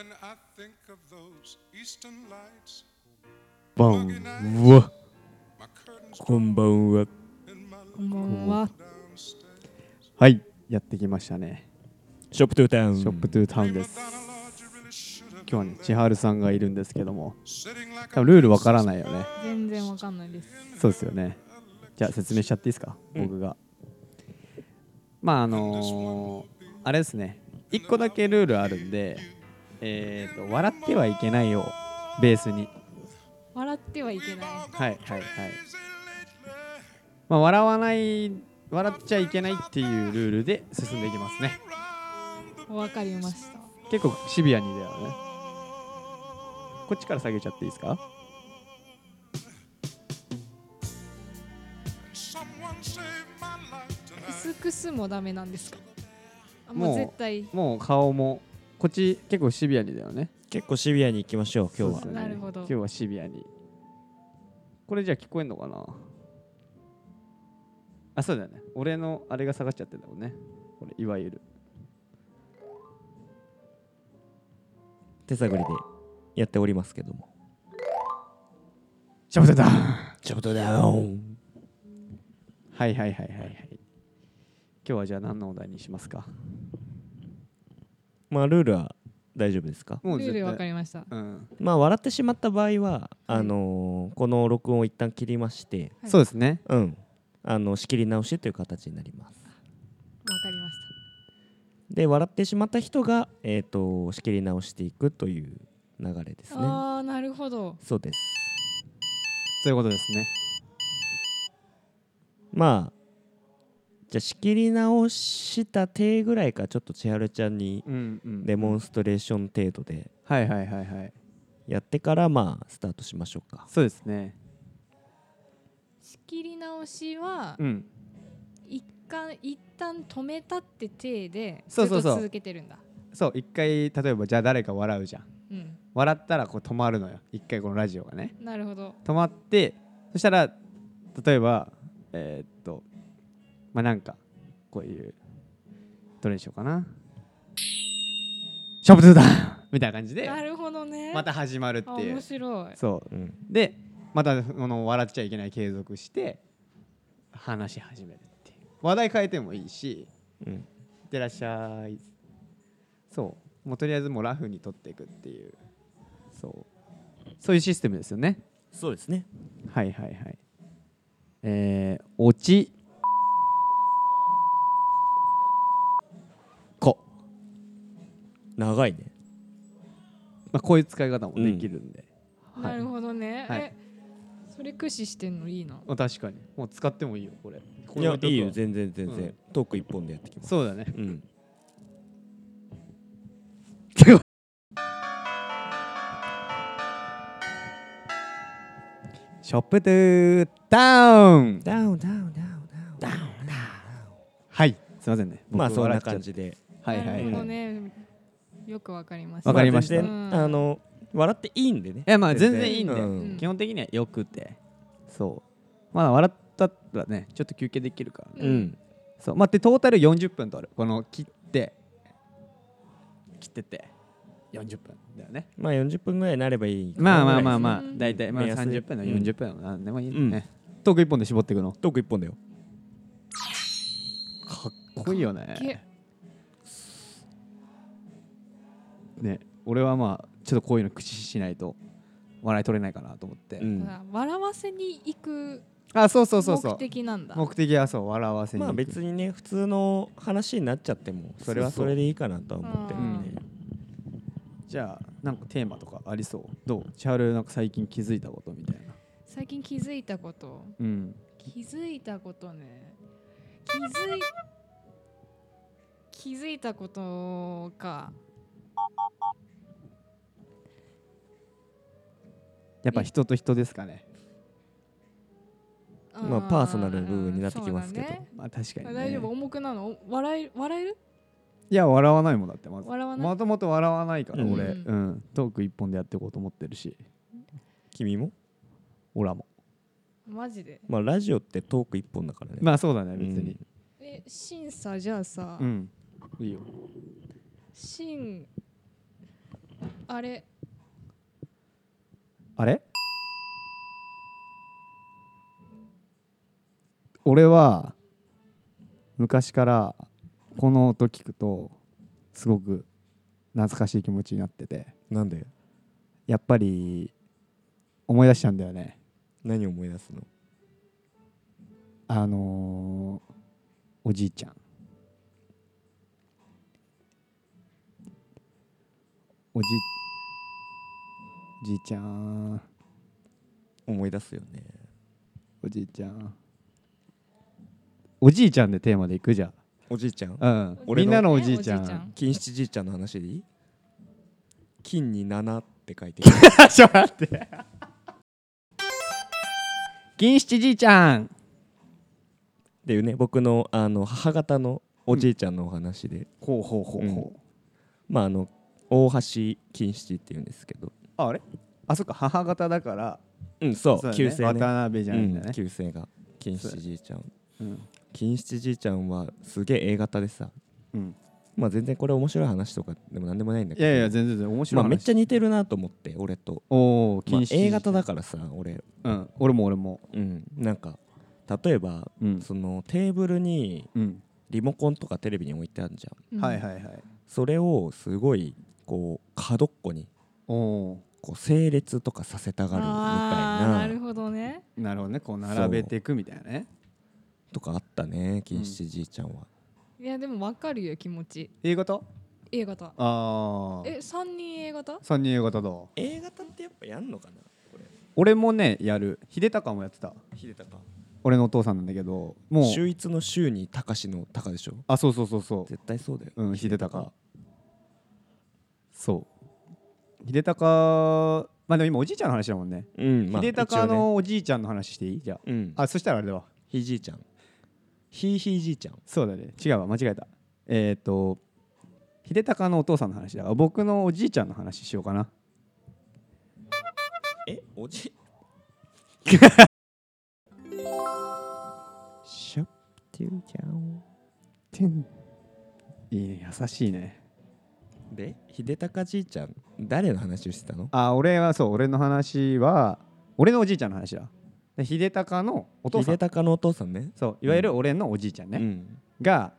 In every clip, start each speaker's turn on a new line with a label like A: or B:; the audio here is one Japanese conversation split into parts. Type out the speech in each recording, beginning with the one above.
A: think of those eastern lights.
B: ばんは
A: My curtains
B: こんばんは
A: and my
C: こんばんは。
A: downstairs.
B: はいやってきましたね
D: ショップトゥータウン。
B: ショップトゥータウン
A: Hey,
B: で
A: Madonna,
B: す
A: Lord, you really should have
B: 今日はね
A: been there.
B: 千春さんがいるんですけども
A: Sitting like
B: 多
A: a
B: 分ルールわからないよね
C: 全然わかんないです。
B: そうですよねじゃあ説明しちゃっていいですか、僕がまああのーあれですね1個だけルールあるんでえっ、と笑ってはいけないをベースに
C: 笑ってはいけない。
B: はいはいはいまあ笑わない笑っちゃいけないっていうルールで進んでいきますね
C: わかりました。
B: 結構シビアにだよねこっちから下げちゃっていいですか
A: Someone save my life tonight.
C: 薄くすもダメなんですかあ
B: も
C: も
B: う
C: う絶対。
B: もう顔もこっち結構シビアにだよね
D: 結構シビアに行きましょう、今日
B: そう
D: は
B: です。よね
C: なるほど
B: 今日はシビアにこれじゃあ聞こえんのかなあそうだよね俺のあれが下がっちゃってんだもんねこれいわゆる
D: 手探りでやっておりますけども。
B: シャブテンだ
D: ショップトゥータウン。
B: はいはいはいはいはい今日はじゃあ何のお題にしますか
D: まあ、ルールは大丈夫ですか
B: もう
C: ルールわ
B: 絶
C: か
B: 対
C: りました。
B: うん
D: まあ、笑ってしまった場合は、あのーこの録音を一旦切りまして、
C: はい
B: そうですね
D: うん。あの、仕切り直しという形になります。
C: わかりまし
D: で、笑ってしまった人が、えっ、と、仕切り直していくという流れです
C: た。
D: ね。
C: ああ、なるほど。
D: そうです。
B: そういうことですね
D: まあ、じゃあ仕切り直した手ぐらいか、ちょっと千春ちゃんに
B: うんうん
D: デモンストレーション程度で
B: はいはいはいはい
D: やってからまあスタートしましょうか
B: そうですね
C: 仕切り直しは
B: うん
C: 一旦一旦止めたって体でず
B: そう
C: っ
B: そう
C: と
B: そう
C: 続けてるんだ。
B: そう一回例えばじゃあ誰か笑うじゃん
C: うん。
B: 笑ったらこう止まるのよ一回このラジオがね
C: なるほど。
B: 止まってそしたら例えばえーっとまあなんかこういうどれにしようかなショップトゥーだ みたいな感じで
C: なるほどね。
B: また始まるって
C: あ
B: い
C: 面
B: う
C: 白い。
B: そう
D: うん
B: でまたこの笑っちゃいけない継続して話し始めるっていう話題変えてもいいし
D: うん
B: いってらっしゃいそうもうとりあえずもうラフに取っていくっていうそうそういうシステムですよね
D: そうですね
B: はいはいはいえー、落ちこ、
D: 長いね
B: まあ、こういう使い方もできるんで、はい
C: なるほどね。
B: はい
C: え、それ駆使してんのいいな。
B: まあ確かにもう使ってもいいよこれ
D: いや
B: こ
D: い
B: れ
D: いよ全然全
B: う
D: 然トーク一本でやってきます
B: そうだね
D: うん
B: ショップトゥータウン
D: ダウンダウンダウンダウン
B: はいすいませんね
D: まあ
B: 僕
D: そん
B: 笑
D: な
B: っちゃって
D: 感じで
B: はいはいは
C: なるほど
B: い、
C: ね。よくわかりました。
B: わかりました
D: あ全然あの笑っていいんでね
B: いやまあ全然いいんで、
D: うん
B: 基本的にはよくてそうまあ笑ったらねちょっと休憩できるからね、
D: うん
B: そうまあでトータル40分取るこの切って切ってって40分だよね
D: まあ40分ぐらいになればいいか
B: まあ
D: な
B: まあ
D: ぐら
B: ま
D: い
B: あまあ
C: うん
B: 大体まあ
D: 目安で
B: 30分の40分の何でもいいよね、トーク1本で絞っていくの
D: トーク一本だよ
B: かっこいいよ
C: け
B: ねね俺はまあちょっとこういうの駆使しないと笑い取れないかなと思って、
D: うん
C: あ笑わせに行く
B: あそうそうそうそう
C: 目的なんだ。
B: 目的はそう笑わせに
D: まあ別
B: に
D: にね普通の話になっちゃってもそれはそれでいいかなとは思ってるんで
B: じゃあなんかテーマとかありそうどうチャールなんか最近気づいたことみたいな
C: 最近気づいたこと。
B: うん
C: 気づいたことね。気づい気づいたことか。
B: やっぱ人と人ですかね
D: まあ
C: ー
D: パーソナルな部分になってきますけど
C: そうだね
B: まあ確かに、
C: あ
B: ね、
C: 大丈夫重くなのお笑い笑える
B: いや笑わないもんだってまず
C: 笑わない
B: もともと笑わないから
D: うん
B: 俺、
C: うん
B: うん、トーク一本でやっていこうと思ってるし
D: 君も
B: オラも
C: マジで
D: まあラジオってトーク一本だからね
B: まあそうだね
D: うん
B: 別に
C: え審査じゃあさ
B: うん、いいよ
C: 審あれ
B: あれ俺は昔からこの音聞くとすごく懐かしい気持ちになってて
D: なんで
B: やっぱり思い出しちゃうんだよね
D: 何を思い出すの
B: あのーおじいちゃんおじおじいちゃん
D: 思い出すよね
B: おじいちゃんおじいちゃんでテーマでいくじゃん
D: おじいちゃん
B: うん、
D: 俺の
B: みんなのおじいちゃん
C: ねおじいちゃん
D: 金七じいちゃんの話でいい金に七って書いてる
B: ちょっと待って銀七じいちゃん
D: っていうね僕のあの母方のおじいちゃんのお話で、
B: ほうほうほ
D: うほまああの大橋金七っていうんですけど
B: ああれあそっか母方だから
D: うんそう
B: そうだ
D: 旧姓ね
B: 渡辺じゃないんだ
D: うん
B: ね、
D: 旧姓が金七じいちゃん
B: うん
D: 金七じいちゃんはすげえ A 型でさ
B: うん
D: まあ全然これ面白い話とかでも何でもないんだけ
B: い
D: ど
B: やいや全然全然面白
D: ま
B: い話、
D: あ、めっちゃ似てるなと思って俺と、
B: おお
D: まあ
B: 禁止、、
D: A 型だからさ俺
B: うん俺も俺も
D: うんなんか例えば、
B: うん
D: そのテーブルに
B: うん
D: リモコンとかテレビに置いてあるじゃん
C: うん
B: はいはいはい
D: それをすごいこう角っこに
B: おお
D: こう整列とかさせたがるみ
C: あーな
D: たい
C: る
D: な
C: ほどね
B: ーなるほどねこう並べていくみたいなね
D: とかあったね金七じいちゃんは、
C: いやでもわかるよ気持ち
B: A 型
C: A 型
B: ああ
C: え三人 A 型
B: 3人 A 型だ
D: A 型ってやっぱやんのかなこれ
B: 俺もねやる秀隆もやってた
D: 秀隆
B: 俺のお父さんなんだけどもう
D: 秀一の秀に隆の隆でしょ
B: あそうそうそうそう
D: 絶対そうだよ、
B: うん、秀隆そう秀隆まあでも今おじいちゃんの話だもんね、
D: うん
B: 秀
D: 一応
B: 隆
D: ね
B: のおじいちゃんの話していいじゃあ,、
D: うん
B: あそしたらあれだわ
D: ひいじいちゃんひいひいじいちゃん
B: そうだね違うわ間違えたえっ、と秀隆のお父さんの話だから僕のおじいちゃんの話しようかな
D: えおじ シャッてるじゃん
B: いいね優しいね
D: で秀隆じいちゃん誰の話をしてたの
B: あ俺はそう俺の話は俺のおじいちゃんの話だで秀隆のお父さん
D: 秀隆のお父さんね
B: そういわゆる俺のおじいちゃんね、
D: うん
B: が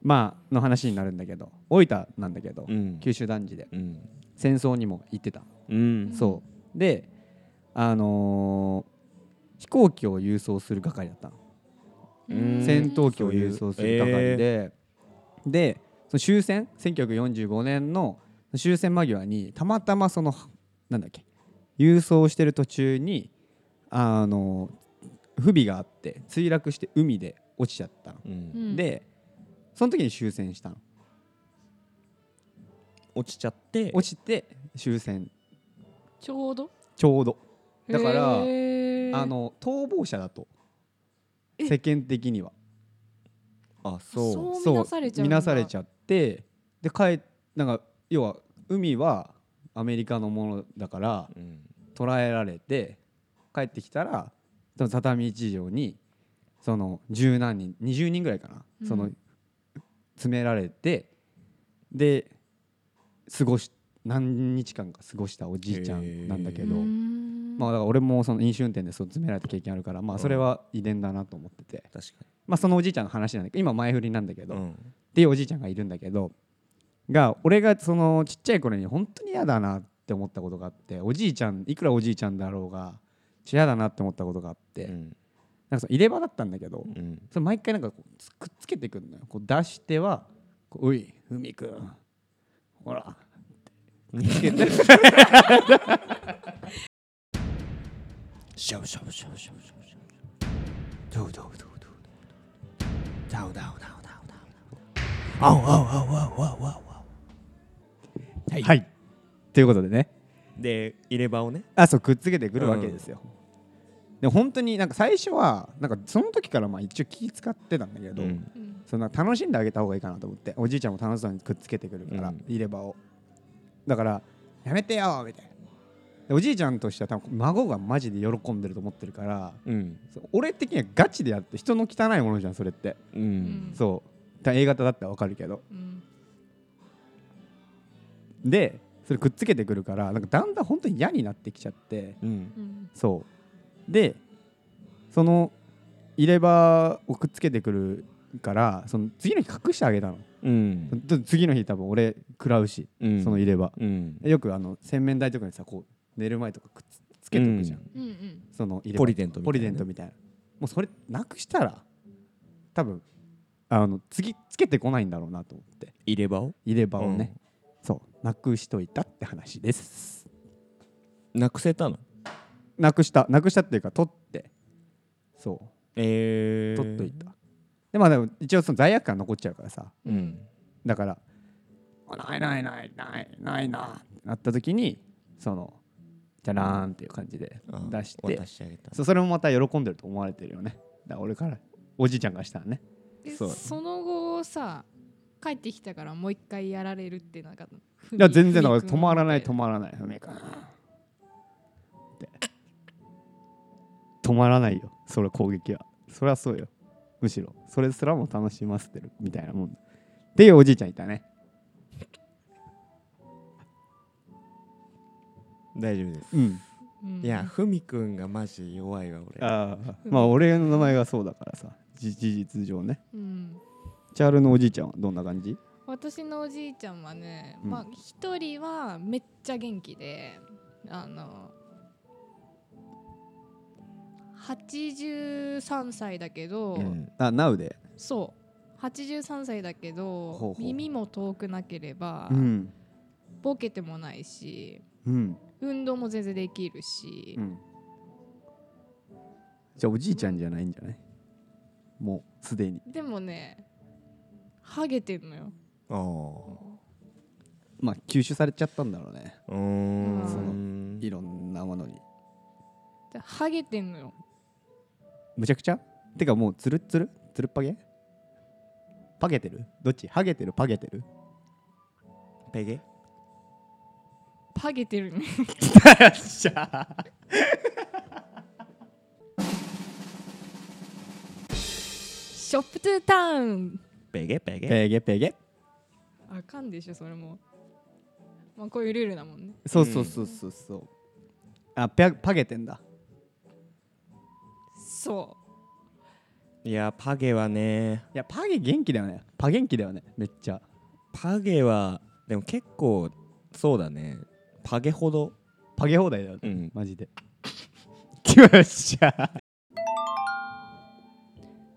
B: まあの話になるんだけど老いたなんだけど、
D: うん
B: 九州男児で
D: うん
B: 戦争にも行ってた、
D: うん
B: そうであのー飛行機を郵送する係だったの、
D: うん
B: 戦闘機を郵送する係で、でその終戦1945年の終戦間際にたまたまそのなんだっけ郵送してる途中にあのー不備があって墜落して海で落ちちゃったの、
D: うん
C: うん
B: でその時に終戦したの
D: 落ちちゃって
B: 落ちて終戦
C: ちょうど
B: ちょうどだから
C: へー
B: あの逃亡者だと
C: え
B: 世間的には
D: あ
C: そ
D: そう
C: 見なされちゃうんだ
B: 見なされちゃってで帰なんか要は海はアメリカのものだから
D: ううん
B: 捕らえられて帰ってきたらその畳一条にその十何人20人ぐらいかな、
C: うん
B: その詰められてで過ごし何日間か過ごしたおじいちゃんなんだけ
C: う
B: ど、
C: ん
B: まあ、だから俺もその飲酒運転でそう詰められた経験あるから、まあ、それは遺伝だなと思ってて、
D: 確か
B: まあ、そのおじいちゃんの話なんだけど今前振りなんだけど、
D: に
B: っ
D: ん
B: ていうおじいちゃんがいるんだけどが俺がそのちっちゃい頃に本当に嫌だなって思ったことがあっておじいちゃんいくらおじいちゃんだろうがちょっと嫌だなって思ったことがあって、
D: うん
B: なんかその入れ歯だったんだけど、
D: うん
B: それ毎回なんかこうつくっつけてくるのよこう出しては「こうおいふみくんほら」ってくっつけて
D: シャウシャウシャウシャウシャウシャウドウドウドウドウドウドウドウドウドウドウドウアウアウアウアウアウアウアウはい
B: はいということでね
D: で入れ歯をね
B: あそうくっつけてくるわけですよ、で本当になんか最初はなんかその時からまあ一応気使ってたんだけど、
C: うん
B: そんな楽しんであげた方がいいかなと思っておじいちゃんも楽しそうにくっつけてくるから、
D: うん
B: 入れ歯をだからやめてよみたいなでおじいちゃんとしては多分孫がマジで喜んでると思ってるから
D: うん
B: そう俺的にはガチでやって人の汚いものじゃんそれって、
D: う
C: うん
D: ん
B: そうだ A 型だったらわかるけど
C: うん
B: でそれくっつけてくるからなんかだんだん本当に嫌になってきちゃって
D: うん
C: うん
B: そうでその入れ歯をくっつけてくるからその次の日隠してあげたの
D: うん
B: 次の日多分俺食らうし、
D: うん
B: その入れ歯
D: うん
B: よくあの洗面台とかにさこう寝る前とかくっつつけとくじゃん、
C: うんうん
B: その入れ歯
D: ポリデントみたいなね
B: ポリデントみたいなもうそれなくしたら多分あの次つけてこないんだろうなと思って
D: 入れ歯を
B: 入れ歯をね、そうなくしといたって話です
D: なくせたの
B: なくしたなくしたっていうか取ってそう
D: ええ
B: 取っといた、でまあでも一応その罪悪感残っちゃうからさ
D: うん
B: だからあないないないないないなってなった時にそのじゃらーんっていう感じで
D: あ
B: 出して
D: 渡してあげた
B: そうそれもまた喜んでると思われてるよねだから俺からおじいちゃんがしたらね
C: で
D: そう
C: その後さ帰ってきたからもう一回やられるってなんか
B: いや全然だから
C: ふみ
B: 止まらない
C: ふ
B: 止
C: み
B: まらないふみかって止まらないよそれ攻撃はそれはそうよむしろそれすらも楽しませてるみたいなもんだっていうおじいちゃんいたね
D: 大丈夫です
B: うん
C: 君うん
D: いやふみくんがマジ弱いわ俺
B: ああまあ俺の名前がそうだからさじ事実上ね
C: うん
B: チャールのおじいちゃんはどんな感じ
C: 私のおじいちゃんはね、
B: うん
C: まあ一人はめっちゃ元気であの83歳だけど、
D: うん
B: あナウで
C: そう83歳だけ
B: ほ
C: ど
B: うほう
C: 耳も遠くなければ、
B: うん
C: ボケてもないし
B: うん
C: 運動も全然できるし、
B: うんじゃあおじいちゃんじゃないんじゃないもうすでに
C: でもねハゲてんのよ
D: ああ
B: まあ吸収されちゃったんだろうね
D: うーん
C: そ
B: いろんなものに
C: でハゲてんのよ
B: むちゃくちゃてかもうつるっつるつるっぱげパゲてるどっちハゲてるパゲてる
D: ペゲ
C: ハゲて るねショップトゥータウン
D: ペゲペゲ
B: ペゲペゲ
C: あかんでしょそれもまあこういうルールだもんね
B: そうそうそうそうそう、あペパゲてんだ
C: そ
D: いやパゲはね
B: いやパゲ元気だよねパ元気だよねめっちゃ
D: パゲはでも結構そうだねパゲほど
B: パゲ放題だよね、
D: うん
B: マ ジでよっしゃ
C: う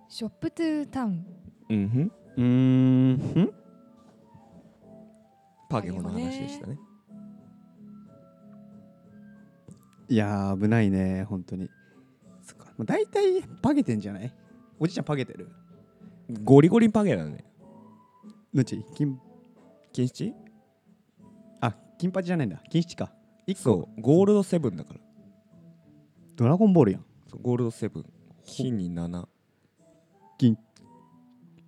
C: ショップトゥータウン
D: うんふん
B: うーんん
D: パゲほどの話でしたね
B: いやー危ないね本当にそっか、まあ、大体パゲてんじゃないおじいちゃんパゲてる
D: ゴリゴリパゲだね
B: どっち金
D: 禁止
B: あ金八じゃないんだ金七か一個
D: そうゴールドセブンだから
B: ドラゴンボールやん
D: そうゴールドセブン火に7
B: 金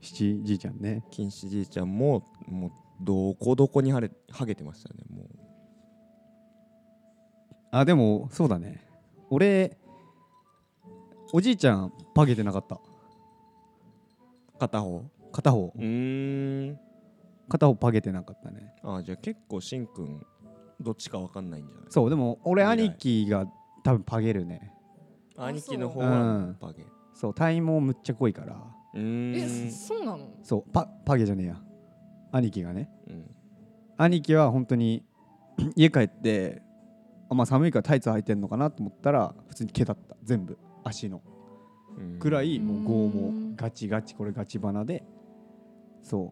B: 七じいちゃんね
D: 禁止じいちゃんももうどこどこにはれはげてましたねもう
B: あでもそうだね俺おじいちゃんパゲてなかった
D: 片方
B: 片方
D: うん
B: 片方パゲてなかったね
D: あじゃあ結構しんくんどっちかわかんないんじゃない
B: そうでも俺
D: 未来
B: 兄貴が多分パゲるね
C: あ
D: 兄貴の方
B: うん
D: はパゲ
B: そう体毛むっちゃ濃いから
D: うー
C: え
D: ん
C: そそうなの
B: そうパパゲじゃねえや兄貴がね
D: うん
B: 兄貴は本当に 家帰ってあまあ寒いからタイツ履いてんのかなと思ったら普通に毛だった全部足の
D: うん
B: くらいもう剛
C: う
B: 毛
C: ん
B: ガチガチこれガチ鼻でそ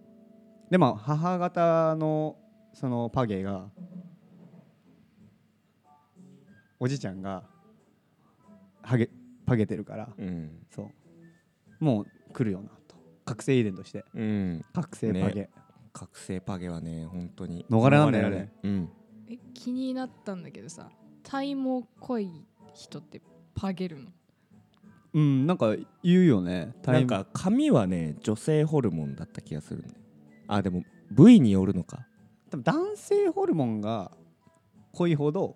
B: うでまあ母方のそのパゲがおじいちゃんがハゲパゲてるから
D: うん
B: そうもう来るよなと覚醒遺伝として
D: うん
B: 覚醒パゲ、
D: 覚醒パゲはね本当に
B: 逃れらんないよね
D: うん
C: え気になったんだけどさ体毛濃い人ってパゲるの
B: うんなんか言うよね
D: なんか髪はね女性ホルモンだった気がするんだよあでも部位によるのか
B: 多分男性ホルモンが濃いほど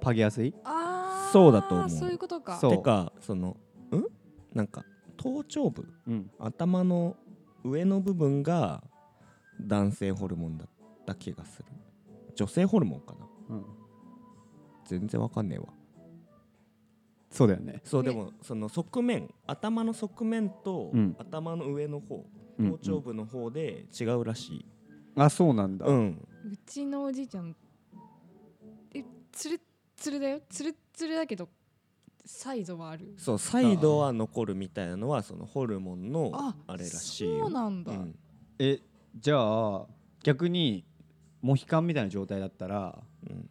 B: パゲやすい
C: あー
D: そうだと思う
C: そういうことか
B: そう
D: てかそのうんなんか頭頂部
B: うん
D: 頭の上の部分が男性ホルモンだった気がする女性ホルモンかな
B: うん、
D: 全然わかんねえわ
B: そうだよね
D: そう
C: ね
D: でもその側面頭の側面と
B: うん
D: 頭の上の方
B: うん
D: 頭頂部の方で違うらしい
B: あそうなんだ、
D: うん
C: うちのおじいちゃんえつるっつるだよつるっつるだけどサイズはある
D: そうサイドは残るみたいなのはそのホルモンのあれらしいよ
C: そうなんだ、
D: うん
B: えじゃあ逆にモヒカンみたいな状態だったら
D: うん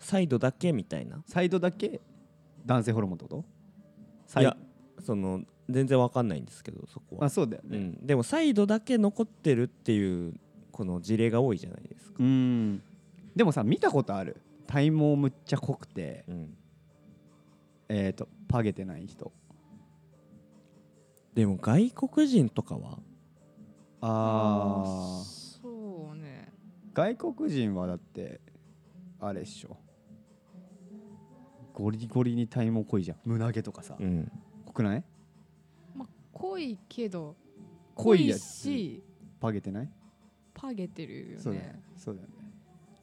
D: サイドだけみたいな
B: サイドだけ男性ホルモンってことサ
D: い
B: イ
D: やその全然わかんないんですけどそこ
B: まあ
D: は、
B: そうだよ
D: う
B: ね
D: ん、でもサイドだけ残ってるっていうこの事例が多いじゃないですか、
B: うんでもさ見たことある体毛むっちゃ濃くて
D: うん、
B: えっ、とパゲてない人
D: でも外国人とかは
B: あー
C: ーそうね
B: 外国人はだってあれっしょゴリゴリに体毛濃いじゃん胸毛とかさ、
D: うん
B: 濃くない
C: まあ濃いけど
B: 濃いやつ
C: し
B: パゲてない
C: パゲてるよ
B: そうだよ
C: ね
B: ねそうだよね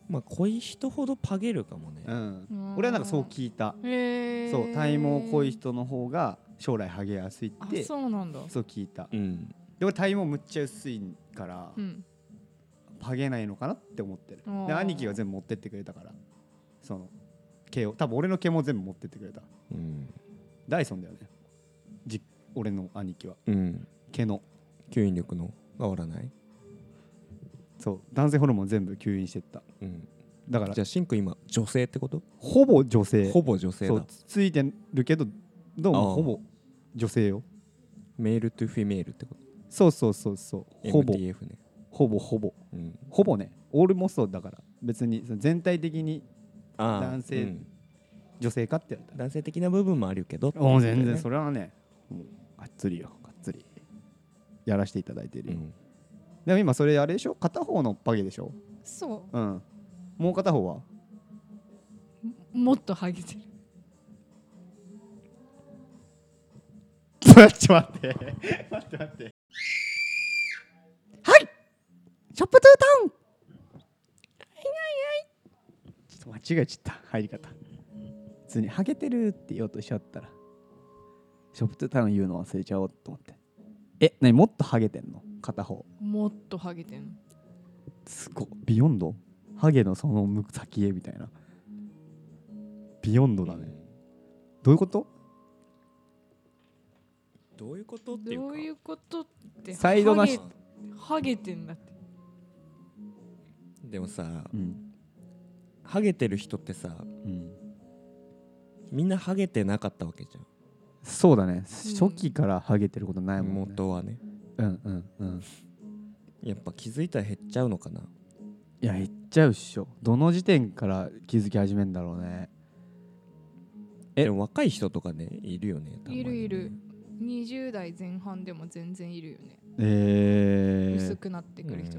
D: まあ濃い人ほどパゲるかもね、
B: うん
C: うん
B: 俺はなんかそう聞いた
C: へえ
B: そう体毛濃い人の方が将来ハゲやすい
C: あ
B: ってそ
C: そうなんだ
B: う聞いた
D: うん、
B: で俺体毛むっちゃ薄いから、
C: うん
B: ハゲないのかなって思ってる
C: あ
B: で
C: ー
B: 兄貴が全部持ってってくれたからその毛を多分俺の毛も全部持ってってくれた
D: うん
B: ダイソンだよねじ俺の兄貴は
D: うん、
B: 毛の
D: 吸引力の変わらない、
B: そう男性ホルモン全部吸引してった
D: うん、
B: だから
D: じゃあシンくん今女性ってこと
B: ほぼ女性
D: ほぼ女性
B: そう
D: だ
B: つついてるけどどう
D: あー
B: もほぼ女性よ
D: メールトゥフィメールってこ
B: そうそうそうそう
D: と
B: ほぼ
D: MTF ね、
B: ほぼほぼ
D: うん、
B: ほぼねオールモストだから別にその全体的に
D: あー
B: 男性
D: うん
B: 女性かってやったら
D: 男性的な部分もあるけどって
B: お全然そ
D: れ、
B: れはねもうがっつりよがっつりやらせていただいてる
D: う
B: よ、
D: ん、
B: でも今それあれでしょ片方のパゲでしょ
C: そ
B: うんもう片方は
C: うもっとハゲてる
B: ちょっと待って待って待ってはいショップトゥータウンはいはいはいちょっと間違えちゃった入り方普通にハゲてるって言おうとしちゃったらショップトゥータウン言うの忘れちゃおうと思ってえ何もっとハゲてんの片方
C: もっとハゲてる
B: すごっビヨンドハゲのその向く先へみたいなビヨンドだね、どういうこと
D: どういうことっていうか
C: どういうことって
B: サイドな
C: ハ
B: し
C: ゲハゲてんだって
D: でもさ
B: うん
D: ハゲてる人ってさ
B: うん
D: みんなハゲてなかったわけじゃ
B: そうだね初期からハゲてることない
D: ん
B: もんね
D: 元はね
B: うんうんうん
D: やっぱ気づいたら減っちゃうのかない
B: や言っちゃうっしょどの時点から気づき始めんだろうねえ
D: でも若い人とかねいるよねたまにね
C: いるいる20代前半でも全然いるよね、
B: え
C: 薄
B: ー、
C: くなってくる人、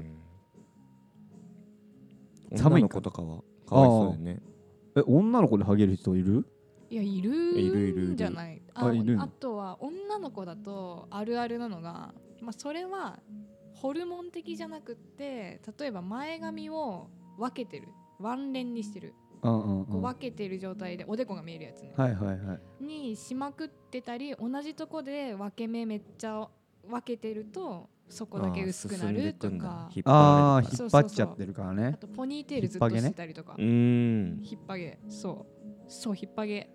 D: うん
B: 寒
D: 女
B: いん
D: の
B: か
D: 子とかはかわいそうだよね
B: え女の子でハゲる人いる
C: いやい
D: いるいるい
C: る
D: る
C: んじゃない
B: あいるの
C: あとは女の子だとあるあるなのが、まあ、それはホルモン的じゃなくって例えば前髪を分けてるワンレンにしてる
B: うんうん
C: こう
B: は
C: 分けてる状態でおでこが見えるやつね、
B: いはいはい
C: にしまくってたり同じとこで分け目めっちゃ分けてるとそこだけ薄くなるとか
D: 引っ
B: あ
D: 張られ
B: ー
D: るとか
B: 引っ張っちゃってるから
C: あ
B: ね
C: とポニーテールずっとしてたりとか
D: うーん
C: 引っ張げそうそう引っ張げ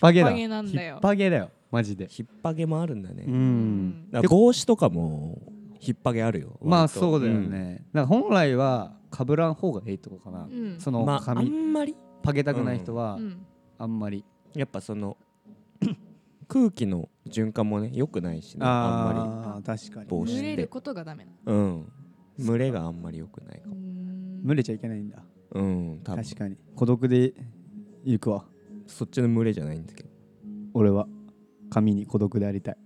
B: ハゲだ
C: 引っ張げなんだよ
B: 引っ張げだよマジで
D: 引っ張げもあるんだね、
B: う
D: だ
B: ん
D: から帽子とかも引っ張げあるよ
B: まあ
D: 割と
B: そうだよね、なんか本来はかぶらん方がいいとこかな、
C: うん
B: そ
D: うん
B: の
D: まああ
B: 髪、
D: んまり
B: パゲたくない人
C: う
B: は
C: ん
B: あんまり、
D: やっぱ その空気の循環もね良くないしねあんま
B: ああ確かに
D: 帽子で
C: 蒸れることがダメな
D: りうん群れがあんまり良くないかも
B: 群
C: 群
B: れちゃいけないんだ
D: うん多分
B: 確かに孤独で行くわ
D: そっちの群れじゃないんですけど
B: 俺は髪に孤独でありたい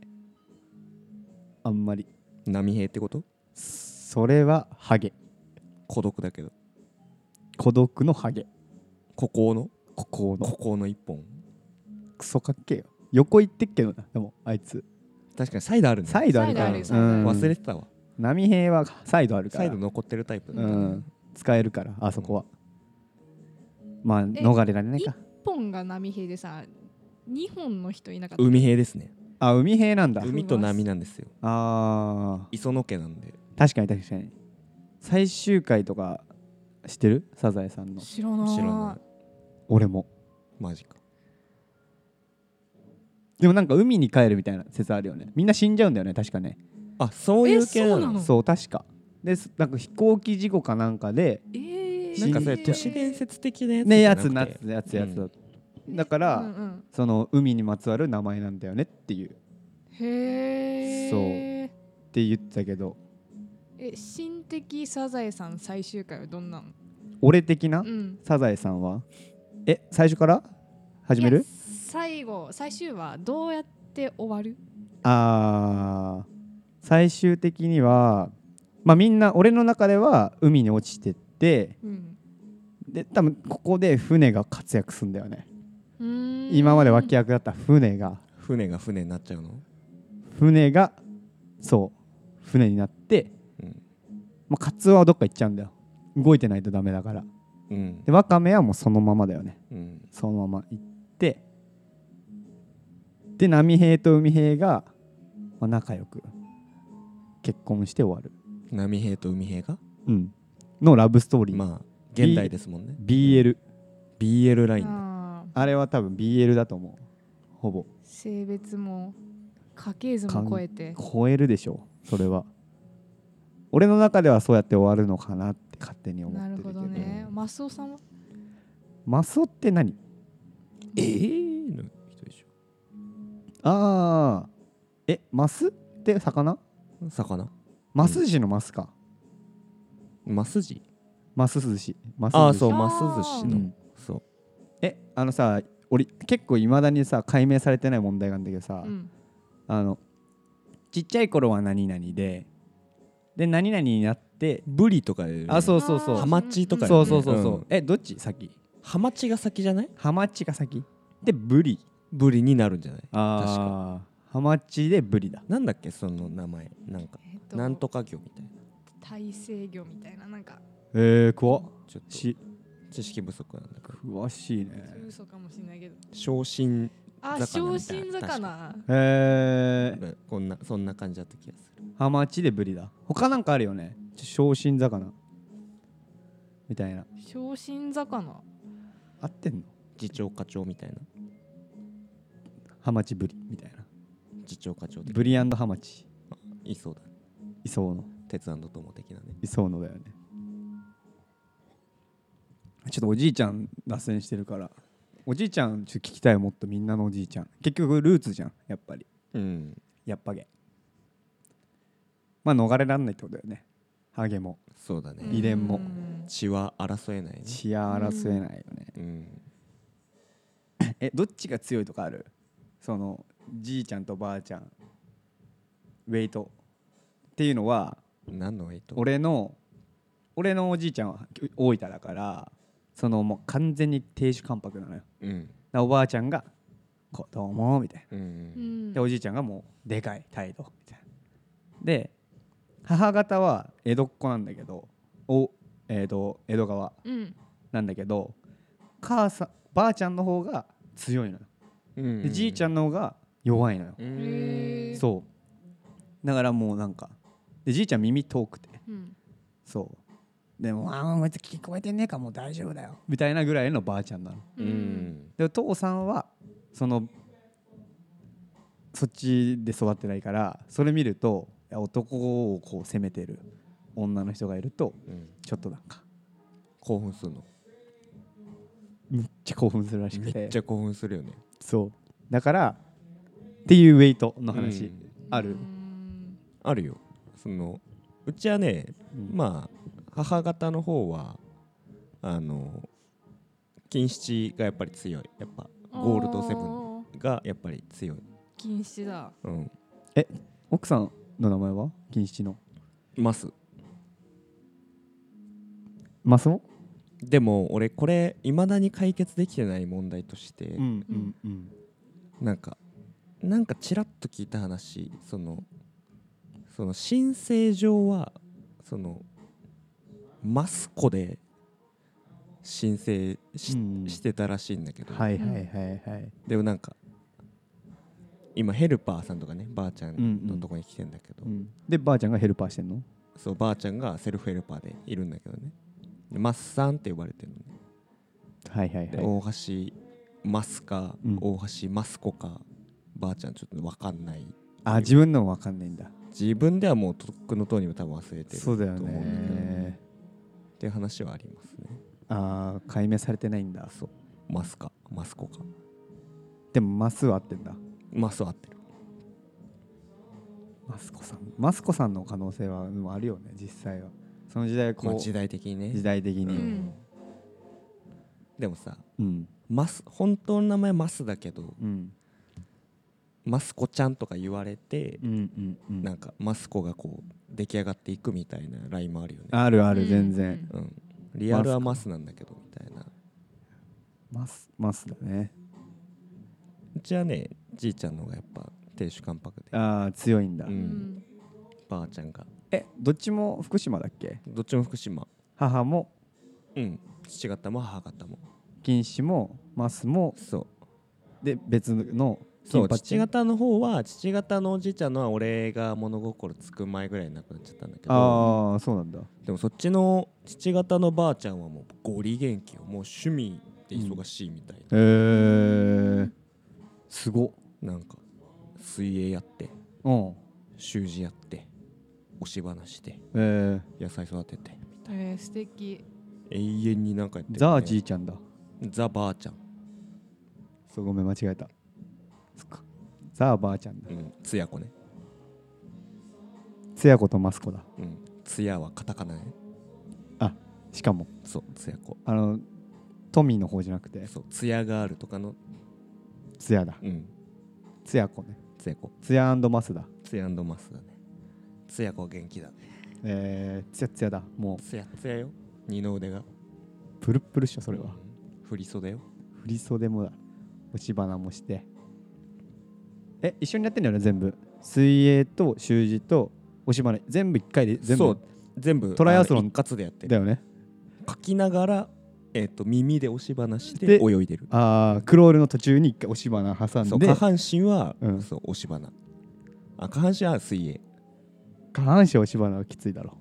B: あんまり
D: 波平ってこと
B: それはハゲ
D: 孤独だけど
B: 孤独のハゲ
D: 孤高の
B: ここの
D: 孤高の一本
B: クソかっけえよ横行ってっけどなでもあいつ
D: 確かにサイドあるね
B: サイドあるか
D: サイドあ
B: ら
D: るよ
B: うん
D: 忘れてたわ
B: 波平はサイドあるから
D: サイド残ってるタイプ
B: うん使えるからあそこはまあ逃れられないか
C: 1本が波平でさ2本の人いなかった
D: 海兵ですね
B: あ海兵なんだ
C: う
D: 海と波なんですよ
B: あ
D: 磯野家なんで
B: ー確かに確かに最終回とか知ってるサザエさんの
C: 知らない
D: 知らない
B: 俺も
D: マジか
B: でもなんか海に帰るみたいな説あるよねみんな死んじゃうんだよね確かね、
D: あそういう系な
C: えそうな
D: の
C: のん
B: そう確かですなんか飛行機事故かなんかで
C: えー、
D: なんかそれ
B: 死ん
D: 都市伝説的なやつ
B: ね
D: じ
B: や
D: ゃなく
B: つ
D: て
B: なつやつやつだ,、だか
C: う
B: ら、
C: んうん、
B: その海にまつわる名前なんだよねっていう
C: へえ
B: そうって言ってたけど
C: え新的サザエさん最終回はどんなの
B: 俺的な、
C: うん
B: サザエさんはえ最初から始め
C: いや
B: る
C: 最後最終話どうやって終わる
B: あー最終的にはまあみんな俺の中では海に落ちてって
C: うん
B: で多分ここで船が活躍するんだよね
C: うーん
B: 今まで脇役だった船が
D: 船が船になっちゃうの、
B: 船がそう船になって、
D: うん
B: まあ、カツオはどっか行っちゃうんだよ動いてないとダメだから
D: うん
B: でワカメはもうそのままだよね
D: うん、
B: そのまま行ってで波平と海平が、まあ、仲良く結婚して終わる、
D: 波平と海兵が
B: うん、のラブストーリー、
D: まあ現代ですもんね
B: BL
D: BL ラインだ
C: あー
B: あれは多分 BL だと思うほぼ
C: 性別も家系図も超えて
B: 超えるでしょうそれは俺の中ではそうやって終わるのかなって勝手に思
C: な
B: っ
C: る
B: てるけ
C: ほ
B: ど
C: どねマスオさんは
B: マスオって何
D: えーの人でし
B: ああえマスって魚
D: ょ魚
B: マス寿司のマスか、
D: マスジ
B: マス寿司マス寿司
D: ああそう
C: あー
D: マス寿司
B: う
D: の、
B: ん
D: そう
B: えあのさ俺結構いまだにさ解明されてない問題があるんだけどさ、
C: うん
B: あのちっちゃい頃は何々でで何々になって、
D: ブリとかで
B: あそうそうそう
C: あー
D: ハマチとかね
B: そうそうそうそう、
D: うん
B: えどっち先
D: ハマチが先じゃない
B: ハマチが先でブリ
D: ブリになるんじゃない
B: あーハマチでブリだ
D: なんだっけその名前なんか
C: えっと
D: なんとか魚みたいな
C: 大西魚みたいななんか
B: えー、怖っ
D: ちょっと
B: し
D: 知識不足なんだけど
B: 詳しいね
C: 嘘かもしれないけど
D: 昇進
C: あ
D: 魚
C: 昇
D: みたいな
C: 進
D: 確
C: 魚
B: えー、
D: こんなそんな感じだった気がする
B: ハマチでブリだ他なんかあるよねちょ昇進魚みたいな
C: 昇進魚
B: 合ってんの
D: 次長課長みたいな
B: ハマチブリみたいな
D: 次長課長で
B: ブリハマチ
D: いそうだ
B: いそうの
D: 鉄腕とも的なね
B: いそうのだよねちょっとおじいちゃん脱線してるからおじいちゃんちょっと聞きたいもっとみんなのおじいちゃん結局ルーツじゃんやっぱり
D: うん
B: やっぱげまあ逃れらんないってことだよねハゲも
D: そうだね、
B: 遺伝も
C: うん
D: 血は争えないね
B: 血や争えないよね、
D: うん
B: えどっちが強いとかあるそのじいちゃんとばあちゃんウェイトっていうのは
D: 何のウェイト
B: 俺の俺のおじいちゃんは大分だからそのもう完全に亭主関白なのよだか
D: うん
B: らおばあちゃんが「こどうも」みたいな
D: うんう
C: うんん
B: でおじいちゃんがもうでかい態度みたいなで母方は江戸っ子なんだけどお、えー、と江戸川
C: うん
B: なんだけど母さんばあちゃんの方が強いのよ
D: うん
B: でじいちゃ
D: ん
B: んの方が弱いのよ、
D: うん
C: へー
B: そうだからもうなんかでじいちゃん耳遠くて
C: うん
B: そうでも「ああこいつ聞こえてねえかもう大丈夫だよ」みたいなぐらいのばあちゃんなの
D: う
C: うん
D: ん
B: でお父さんはそのそっちで育ってないからそれ見るといや男をこう責めてる女の人がいると
D: うん
B: ちょっとなんか
D: 興奮するの
B: めっちゃ興奮するらしくて
D: めっちゃ興奮するよね
B: そうだからっていうウェイトの話、
D: うん
B: ある
C: うん
D: あるよそのうちはね
B: うん
D: まあ母方の方はあの金七がやっぱり強いやっぱゴールドセブン
C: あー
D: がやっぱり強い、
C: 禁止だ
D: うん、
B: 奥さんの名前は錦七の
D: ます
B: マスオ
D: でも俺これいまだに解決できてない問題として、
B: ん
C: うん
B: うん
D: なんかなんかちらっと聞いた話そのその申請上はそのマスコで申請し,、
E: うん
D: してたらしいんだけど、
E: はいはいはいはい。
D: でもなんか今ヘルパーさんとかねばあちゃんのとこに来てんだけど、
B: うん
E: で、ばあちゃんがヘルパーしてんの
D: そうばあちゃんがセルフヘルパーでいるんだけどねでマスさんって呼ばれてるのね
E: はいはい
D: で、
E: はい。
D: 大橋マスか、
B: うん
D: 大橋マスコかばあちゃんちょっと分かんない
B: あ自分のわかんないんだ
D: 自分ではもうとっくのとうにも多分忘れてると
B: そう
D: 思う
B: だよ
D: んだけど
B: ね
D: っていう話はありますね
B: あー解明されてないんだ
D: そうマスかマスコか
B: でもマスは合ってんだ
D: マスは合ってる
B: マスコさんマスコさんの可能性はでもあるよね実際はその時代こ
D: まあ
B: う
D: 時代的にね
B: 時代的
C: う
B: に
C: ん
D: でもさ
B: うん
D: マス本当の名前マスだけど
B: うん
D: マスコちゃんとか言われて
B: う、んうんうん
D: なんかマスコがこう出来上がっていくみたいなラインもあるよね
B: あるある全然、
D: うんリアルはマスなんだけどみたいな
B: マスマスだね
D: うちはねじいちゃんの方がやっぱ亭主関白で
B: あー強いんだ、
D: う
C: うんん
D: ばあちゃんが
B: えどっちも福島だっけ
D: どっちも福島
B: 母も
D: うん父方も母方も
B: 金子もマスも
D: そう
B: で別の
D: そう
B: 金八
D: 父方の方は父方のおじいちゃんのは俺が物心つく前ぐらいに亡くなっちゃったんだけど
B: ああそうなんだ
D: でもそっちの父方のばあちゃんはもうゴリ元気よもう趣味で忙しいみたいな、
B: へえー、すごっ
D: なんか水泳やって
B: うん
D: 習字やって押し花して
B: えー、
D: 野菜育てて
C: えー素敵
D: 永遠になんかやってるね
B: ザじいちゃんだ
D: ザばあちゃん、
B: そうごめん間違えたそっかザばあちゃんだ
D: うん、つや子ね
B: つや子とマスコだ
D: うんつやはカタカナね
B: しかも
D: そうつや子
B: あのトミーの方じゃなくて
D: そうつやガールとかの
B: つやだ
D: うん
B: つや子ね
D: つや子
B: つやマスだ
D: つやマスだねつや子元気だね
B: えー、つやつやだも
D: つやつやよ二の腕が
B: うプルップルっしょそれは
D: うん振り袖よ
B: 振り袖もだ押し花もしてえ一緒にやってんだよね全部水泳と習字と押し花全部一回で全
D: そ
B: 部
D: う全部
B: トライアスロン
D: あの一括でやって
B: だ
D: る
B: よね
D: 書きながらえっと耳で押し花して
B: で
D: 泳いでる
B: あークロールの途中に一回押し花挟ん
D: そう
B: で
D: 下半身は
B: うん
D: そう押し花あ下半身は水泳
B: 下半身押し花はきついだろ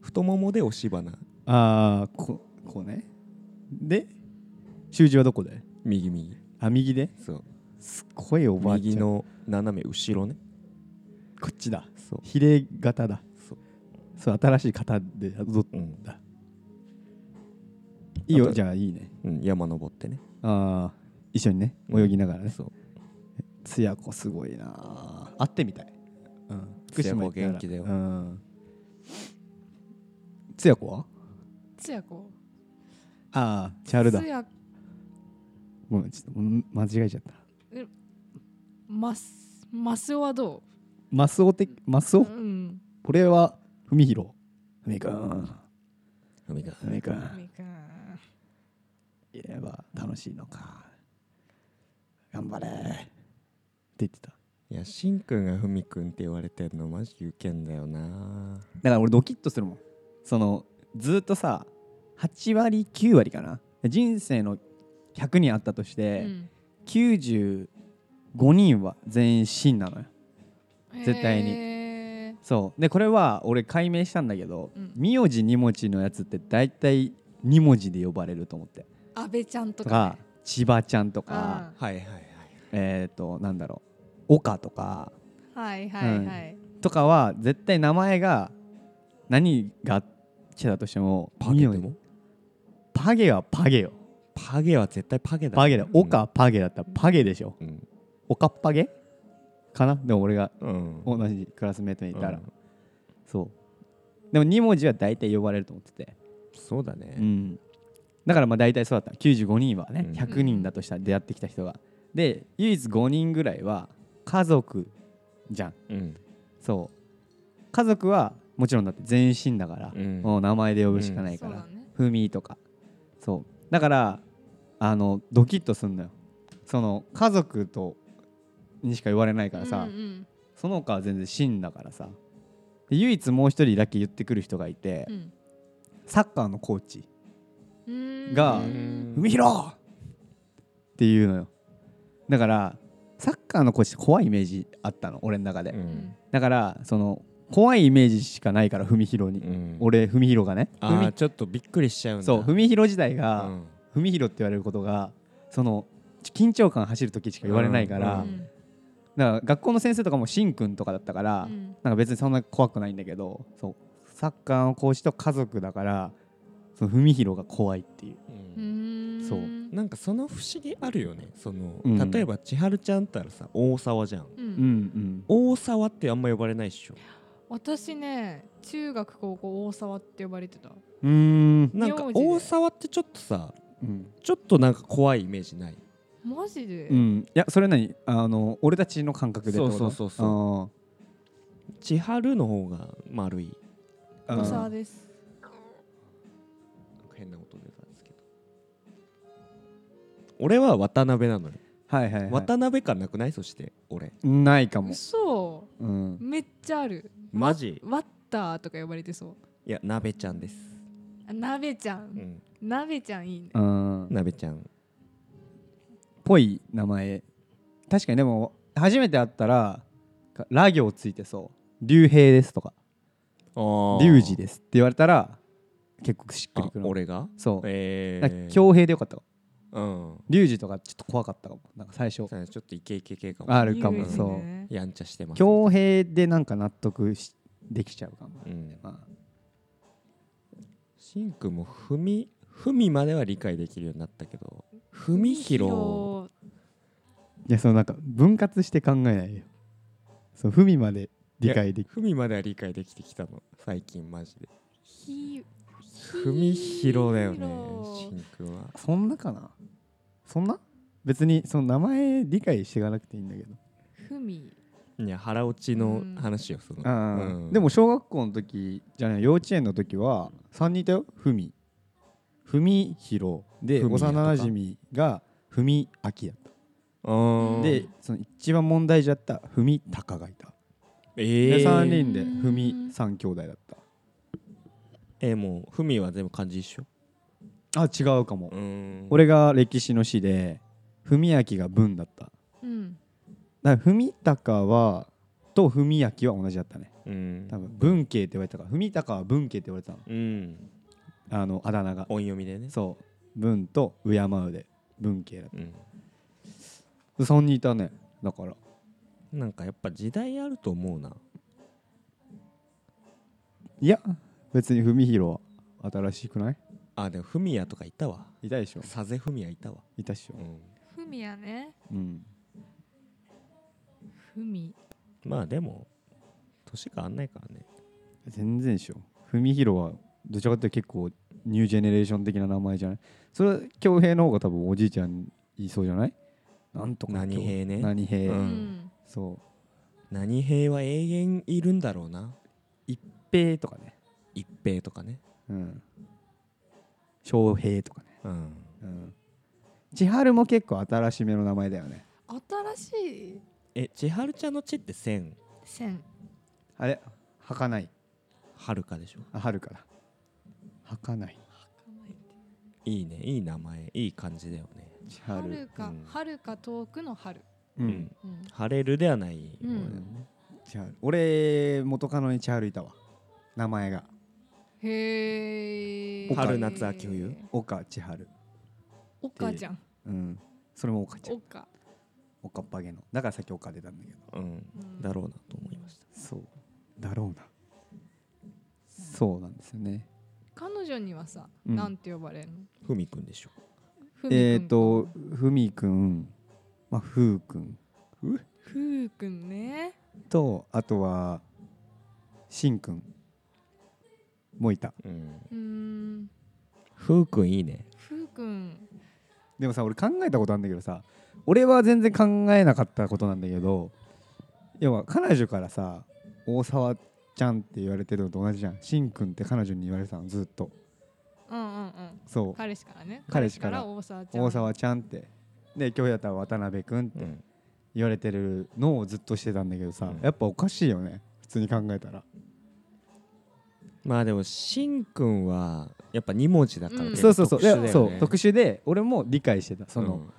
D: 太ももで押し花
B: ああここうねで習字はどこで
D: 右右
B: あ右で
D: そう
B: すっごいおばあちゃん
D: 右の斜め後ろね
B: こっちだ
D: そう
B: 比例型だ
D: そう
B: そう新しい型でどっ
D: うん
B: いい
D: あ
B: よ
D: と
B: じゃあいいね
D: うん山登ってね
B: ああ一緒にね
D: うん
B: 泳ぎながらね、
D: そう
B: つや子すごいな会ってみたい、うん、
D: つや子
B: 行ったら
D: 元気だよ
B: うん、つや子は
C: つやこ
B: ああチャールだ
C: つや
B: ごめんちょっとうん間違えちゃった
C: マスマスオはど
B: マスオ的マス
C: う
B: オ、
C: うん
B: これは文宏文くん
D: 海
B: 文
D: が
B: くん
C: みかん
B: いれば楽しいのか頑張れって言ってただ
D: いやしんくんがふみくんって言われてんのマジウケんだよな
B: から俺ドキッとするもんそのずっとさ8割9割かな人生の100人あったとし
C: う
B: て、
C: ん
B: 95人は全員真なのよ絶対に
C: へー
B: そうでこれは俺解明したんだけど
C: うん
B: 名字二文字のやつって大体2文字で呼ばれると思って
C: 安倍ちゃん
B: と
C: とか
B: か千葉ちゃんと
C: あ
B: か
D: はいはいはい
B: えっ、となんだろう岡とか
C: あはいはいはい
B: とかは絶対名前が何が来たとしても
D: パゲで
B: 名字
D: も
B: パゲはパゲよ
D: パゲは絶対パゲだ
B: パゲだ
D: うん
B: 岡パゲだったらパゲでしょ
D: うん
B: 岡パゲかなでも俺が
D: うん
B: 同じクラスメートにいたら、
D: うん
B: そうでも2文字は大体呼ばれると思ってて、
D: そうだ
B: う
D: ね
B: ん、だからまあ大体そうだった95人はね
D: うん
B: 100人だとしたら出会ってきた人がで唯一5人ぐらいは家族じゃん
D: うん
B: そう家族はもちろんだって全身だから、
D: うん
B: もう名前で呼ぶしかない
C: そ
B: か
C: うだ
B: ら
C: ね
B: 「ふみ、とかそうだからあのドキッとすんのよその家族とにしか言われないからさ、
C: うんうん
B: その他は全然真だからさで唯一もう一人だけ言ってくる人がいて、
C: うん
B: サッカーのコーチが
C: が
B: 「海広!」っていうのよだからサッカーのコーチって怖いイメージあったの俺の中で、
D: うん
B: だからその怖いイメージしかないから文広に、
D: うん
B: 俺文広がね
D: あ
B: 文
D: ーちょっとびっくりしちゃうんだ
B: そう文広自体が、
D: うん
B: 文広って言われることがそのちょ緊張感走る時しか言われないから、
D: うん
B: だから学校の先生とかもしんくんとかだったから、なんか別にそんな怖くないんだけどそうサッカーの講師と家族だからその文広が怖いっていう
D: うん
B: そう
D: なんかその不思議あるよねその、
B: うん
D: 例えば千春ちゃんったらさ大沢じゃん
B: うんうん
D: 大沢ってあんま呼ばれないっしょ
C: 私ね中学高校大沢って呼ばれてた
B: うーん、
D: なんか
C: 名字で
D: 大沢ってちょっとさ
B: うん
D: ちょっとなんか怖いイメージない
C: マジで、
B: うん、いやそれ何あの俺たちの感覚でってこと
D: そうそうそうそう
B: あ
D: 千春の方が丸い
B: ー
C: 大
B: あ
C: 沢
B: ー
C: です
D: なんか変なこと出たんですけど俺は渡辺なのよ、
B: はいはい、はい、
D: 渡辺感なくないそして俺
B: ないかも、
C: 嘘
B: うん、
C: めっちゃある
D: マジ
C: ワッターとか呼ばれてそう
D: いや鍋ちゃんです、
C: あ鍋ちゃ
D: うんん、
C: 鍋ちゃんいいね
B: うん
D: 鍋ちゃん
B: ぽい名前確かにでも初めて会ったらかラ行ついてそう竜兵ですとかリュウジですって言われたら結構しっくり
D: あ
B: くる
D: 俺が
B: そう、
D: え
B: だから
D: ー、
B: 強兵でよかったかも
D: うん
B: リュウジとかちょっと怖かったかもなんか最初
D: さあちょっとイケイケ系かも
B: あるか
C: いい
B: も
C: ね
B: そう
D: やんちゃしてます
B: 強兵でなんか納得しできちゃうかも、
D: うん
B: まあ
D: しんくんもふみふみまでは理解できるようになったけどふみひろ
B: いやそのなんか分割して考えないよそう文まで理解でき
D: ふみまでは理解できてきたの最近マジで
C: ひ
D: ふみひろだよねし
C: ひ
D: んくんは
B: そんなかなそんな別にその名前理解していかなくていいんだけど
C: ふみ
D: いや腹落ちの話よその、
B: ああ、
D: うん
B: でも小学校の時じゃない幼稚園の時は3人いたよ文文弘で
D: 文也とか
B: 幼なじみが文明だっ
D: う
B: た
D: ん
B: でその一番問題児だった文高がいた
D: え
B: で3
D: ー、
B: 人で文3兄弟だっ
D: えー、もうふみは全部漢字一緒
B: たあ違うかも
D: うん
B: 俺が歴史の師で文明が文だった
C: うん
B: だから文高はと文明は同じだったね
D: うん
B: 多分文系って言われたから文高は文系って言われてたの
D: うん
B: あのあだ名が
D: 音読みでね
B: そう文と敬うで文系だっ
D: うん
B: た3人いたねだから
D: なんかやっぱ時代あると思うない
B: や別に文弘は新しくない
D: あでもフミヤとかいたわ
B: いたでしょ
D: サゼフミヤいたわ、
B: いたっしょ
D: うん、
C: ふみやね
B: うん
C: ふみ
D: まあでも年変わんないからね
B: 全然でしょ文弘はどちらかというと結構ニュージェネレーション的な名前じゃないそれは恭平の方が多分おじいちゃんいそうじゃないなんとか
D: 何兵ね
B: 何兵、
D: う
C: うんん
B: そう
D: 何兵は永遠いるんだろうな
B: 一平とかね
D: 一平とかね
B: うん翔平とかね
D: うん
B: うん千春も結構新しめの名前だよね
C: 新しい
D: え千春ちゃんの「ち」って千
C: 線
B: あれはかない
D: はるかでしょ
B: あ春からはかない
D: いいねいい名前いい感じだよね
B: 千
C: は
B: 春
C: るか
D: うん
C: はるか遠くの春
B: う、
D: うん
C: うん
D: 晴れるではない、
C: うん
B: 千春俺元カノに千春いたわ名前が
C: へえ
D: 春夏秋冬
B: 岡千春
C: おかちゃん
B: うんそれも岡ちゃん
C: おか
B: 岡っぱげのだからさっき岡出たんだけど
D: うん、だろうなと思いました
B: そうだろうなそうなんですよね
C: 彼女にはさ
B: うん
C: なんて呼ばれるの
D: ふみくんでしょ
C: ふみくん
B: えっ、ー、とふみくんまあふうくん
C: ふうくんね
B: とあとはしんくんもいた
D: うん
C: うーん
D: ふうくんいいね
C: ふうくん
B: でもさ俺考えたことあるんだけどさ俺は全然考えなかったことなんだけど要は彼女からさ大沢ちゃんって言われてるのと同じじゃんしんくんって彼女に言われてたのずっと
C: うんうんうん
B: そ
C: 彼氏からね
B: 彼氏から
C: 大沢ち
B: う
C: ゃん
B: 大沢ちゃんってで今日やったら渡辺くんって
D: うん
B: 言われてるのをずっとしてたんだけどさ、
D: うん
B: やっぱおかしいよね普通に考えたら
D: まあでもしんくんはやっぱ2文字だから、
C: うん
B: そうそうそう
D: 特殊だよ
B: い
D: ね
B: やそう特殊で俺も理解してたその、
D: うん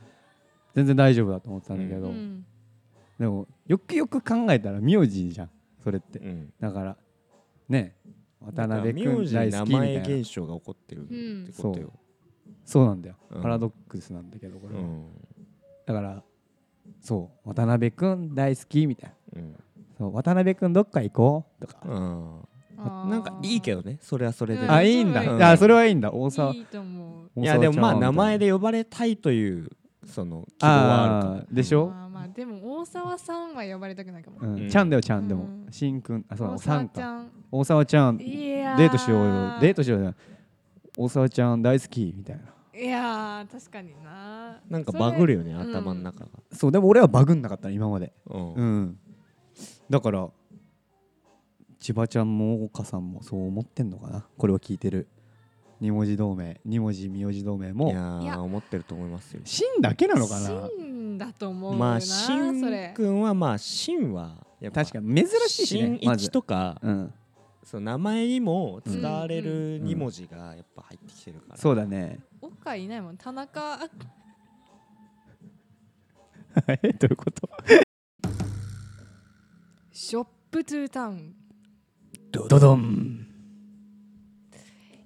B: 全然大丈夫だと思ってたんだけど、
C: うん
B: でもよくよく考えたら名字じゃんそれって
D: うん
B: だからね渡辺
D: だから名
B: 君
D: 字
B: 大好きみた
D: 名
B: いな
D: 前現象が起こってるってことよ、
B: そうなんだよ、
D: うん
B: パラドックスなんだけどこれ
D: う
B: は、
D: ん
B: だからそう渡辺君大好きみたいな
D: うん
B: そう渡辺君どっか行こうとか、
D: うん
C: あー
D: なんかいいけどねそれはそれで、
C: うん
B: あいいんだ、
C: うん
B: あそれはいいんだ大沢
C: いいと思う
D: いやでもまあ名前
B: で
D: で呼ばれたいというその希望はあるか
B: あ
D: ら
B: ーでしょ、
C: まあまあでも大沢さんは呼ばれたくないかも、
B: うん
D: うん
B: ちゃんだよちゃんでも、
C: うん
B: しんくんあそうだ
C: 大
B: おさん
C: 沢ち
B: か
C: ゃん
B: 大沢ちゃんデ
C: いや
B: ートしようよデートしようよ大沢ちゃん大好きみたいない
C: やー確かにな
D: なんかバグる
C: よ
D: よね
C: それ
D: 頭の中が、
B: そうでも俺はバグんなかったの今まで
D: うん
B: うんだから千葉ちゃんも岡さんもそう思ってんのかなこれを聞いてる二文字同盟二文字名字同盟
D: いや
B: も
D: ー
C: いや
D: 思ってると思いますよ
B: しんだけなのかな
C: シンだと思うよな、
D: まあし
C: そ
D: ん
C: れ
D: くんはまあしんはやっぱ
B: 確かに珍しいしね
D: しん
B: ま
D: い
B: ず
D: ちとか、
B: うん
D: その名前にも使われ
B: う
D: る
B: ん
D: 2文字がやっぱ入ってきてるから、
B: そうだね
C: 岡いないもん田中
B: えどういうこと
C: ショップトゥータウン
B: ドドドン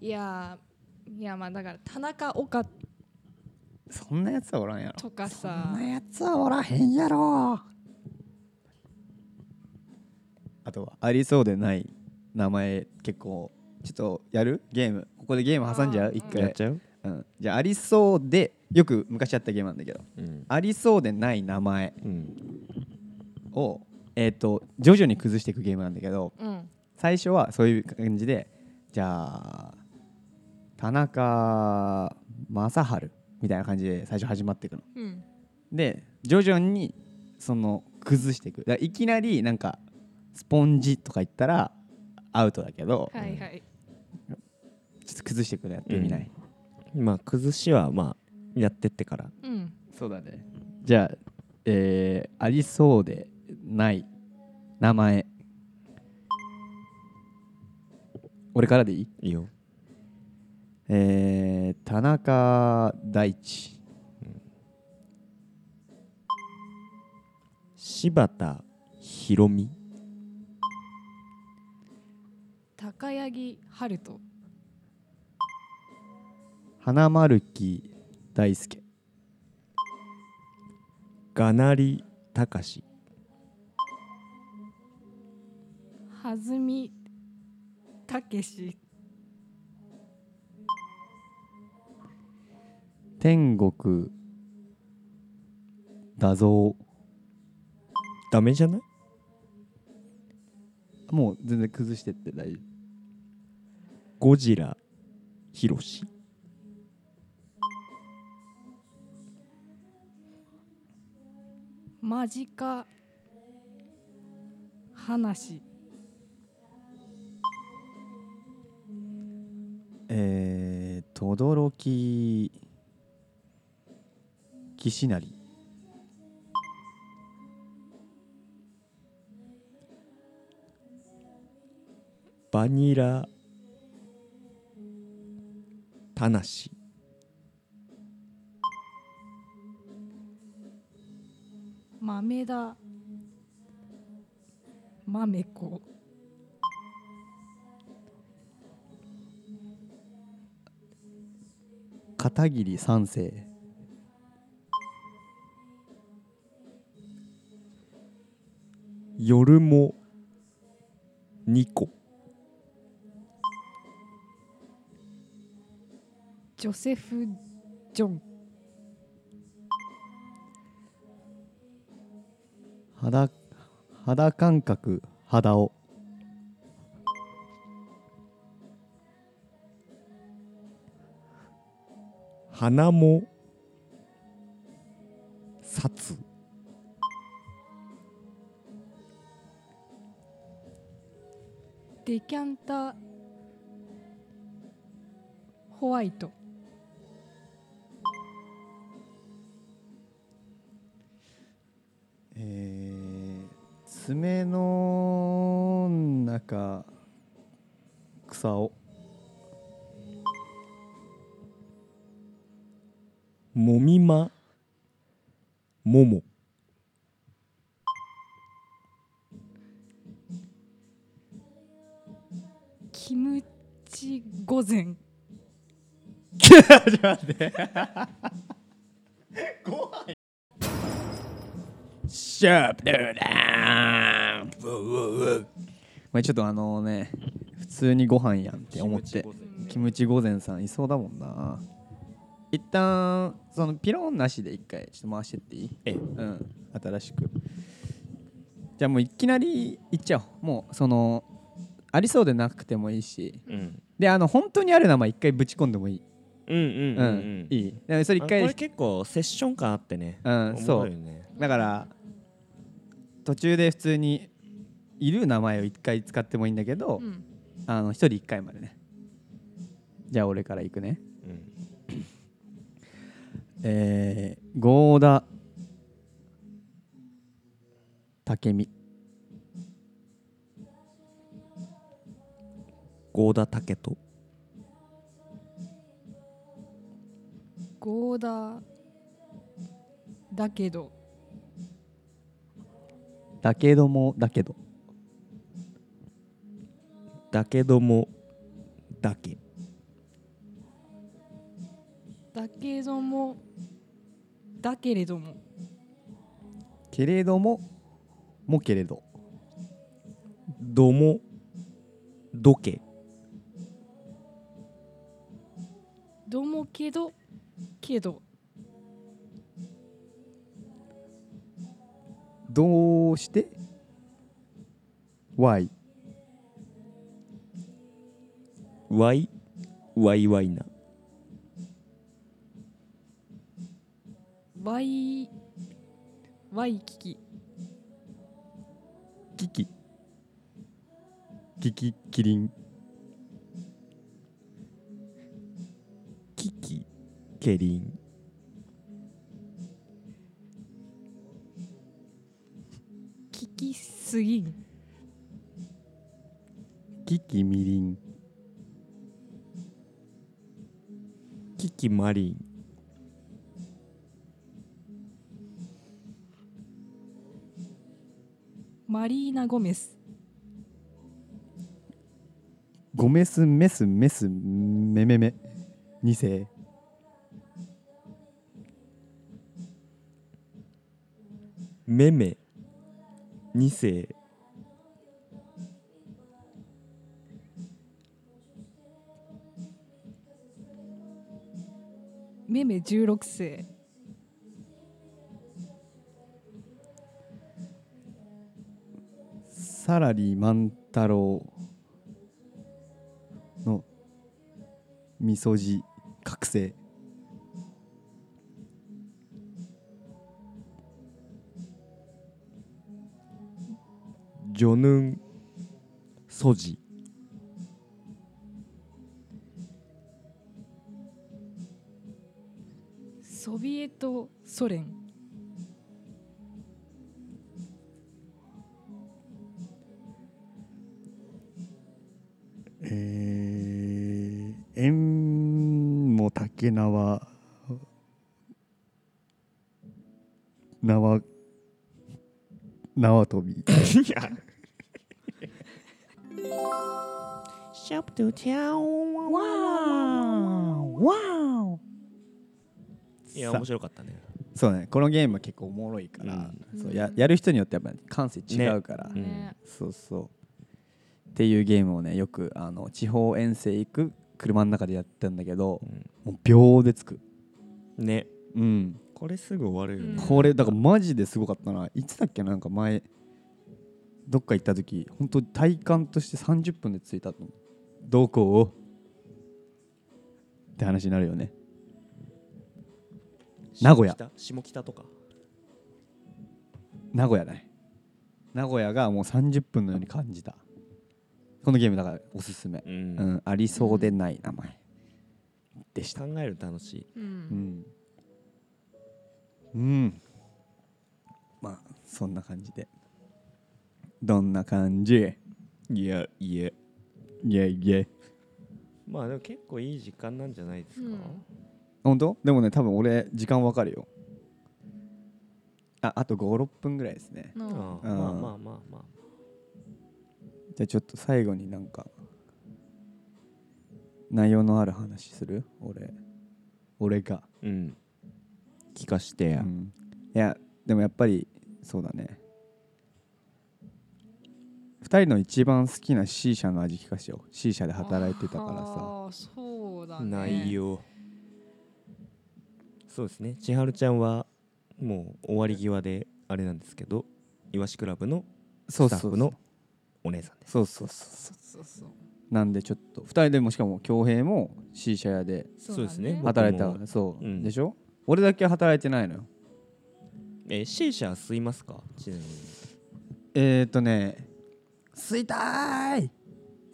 C: いやーいやまあだから田中岡
B: そんなやつはおらんやろ
C: とかさ
B: やつはおらへんやろあとはありそうでない名前結構ちょっとやるゲームここでゲーム挟んじゃ
C: あ
B: う
C: ー
B: 一
C: う
B: 回
C: ん
D: やっちゃう、
B: うん、じゃあありそうでよく昔やったゲームなんだけど
D: うん
B: ありそうでない名前
D: うん
B: を、えー、と徐々に崩していくゲームなんだけど
C: うん
B: 最初はそういう感じでじゃあ田中正治みたいな感じで最初始まっていくの。
C: うん
B: で徐々にその崩していくだからいきなりなんかスポンジとか言ったらアウトだけど、
C: はいはい
B: ちょっと崩していくのやってみない、
D: まあ崩しはまあやってってから
C: うん
B: そうだねじゃあ、えーありそうでない名前俺からでいい
D: いいよ
B: えー、田中大地
D: 柴田ひろみ
C: 高柳春人
B: 花丸木大輔
D: がなりたかし
C: はずみたけし
B: 天国打造
D: ダメじゃない
B: もう全然崩してって大丈
D: ゴジラひろし
C: 間近話
B: 夫えー、轟き岸成
D: バニラたなし
C: 豆田豆子
B: 片桐三世
D: 夜もニコ
C: ジョセフ・ジョン
B: 肌肌感覚肌を
D: 花もさつ
C: デキャンタホワイト
B: えー、爪の中く
F: 草を
D: もみまもも
C: キムチ御膳
B: シャープルダンまあちょっとあのね普通にご飯やんって思ってキムチ御膳さんいそうだもんな一旦そのピローンなしで一回ちょっと回してっていい
D: ええ
B: うん新しくじゃあもういきなりいっちゃおうもうそのありそうでなくてもいいし
D: うん
B: であの本当にある名前一回ぶち込んでもいい
D: うんうん
B: うん、いいだからそれ一
D: あこれ
B: 回
D: 結構セッション感あってね
B: うんそう
D: 面白いね
B: だから途中で普通にいる名前を一回使ってもいいんだけど、
C: うん
B: あの一人一回までねじゃあ俺からいくね
D: うん
B: えー、合田武美
D: 合田武と
C: ゴーダだけど
B: だけどもだけど
D: だけどもだけ
C: だけどもだけれども
B: けれどももけれど
D: どもどけ
C: どもけどけど
B: どうして ?Y
D: わいわいわいな
C: わいわいきき
D: キキキキキリンキキケリン
C: ききすぎん
D: キキミリンキキマリン
C: マリーナ・ゴメス
B: ゴメスメスメスメメメ2世
D: メメ二世
C: メメ16世
B: サラリー万太郎のみそじ覚醒
D: ジョヌンソジ
C: ソビエトソ連
B: えー、縁も竹縄縄縄跳び
D: シャープトゥチャオ
C: わー
D: いや面白かったね
B: そうねこのゲームは結構おもろいから、
C: うん
B: そうややる人によってやっぱ感性違うから、
D: うん
C: ね
B: そうそうっていうゲームをねよくあの地方遠征行く車の中でやったんだけどもう秒でつく
D: ね
B: うん
D: これすぐ終わるよね
C: うん
B: これだからマジですごかったないつだっけななんか前どっか行った時本当体感として30分で着いたと思うどこをって話になるよね名古屋
D: 下北下北とか
B: 名古屋だね名古屋がもう30分のように感じたこのゲームだからおすすめ、
D: うん
B: うん、ありそうでない名前でした
D: 考えると楽しい
C: うん
B: うん、うん、まあそんな感じでどんな感じ
D: いやいや
B: イェイイェイ
D: まあでも結構いい時間なんじゃないですか、
C: うん
B: 本当でもね多分俺時間わかるよああと56分ぐらいですね
C: の
D: ああ
B: うん
D: まあまあまあまあ
B: じゃあちょっと最後になんか内容のある話する俺俺が、
D: うん聞かしてや、
B: うんいやでもやっぱりそうだね2人の一番好きな C 社の味聞かせてよ C 社で働いてたからさ
C: あーそうだね
D: 内容そうですね千春ちゃんはもう終わり際であれなんですけどイワシクラブの
B: そうそ
D: スタ
B: うそ
D: ッ
B: う
D: フのお姉さんです
B: そうそうそ
C: そうそうそう
B: うなんでちょっと2人でもしかも恭平も C 社屋で
D: そうですね僕も
B: 働いたからそう、
D: うん
B: でしょ俺だけ働いてないのよ
D: えー、シーシャ吸いますかちなみに
B: えー、っとね吸いたーい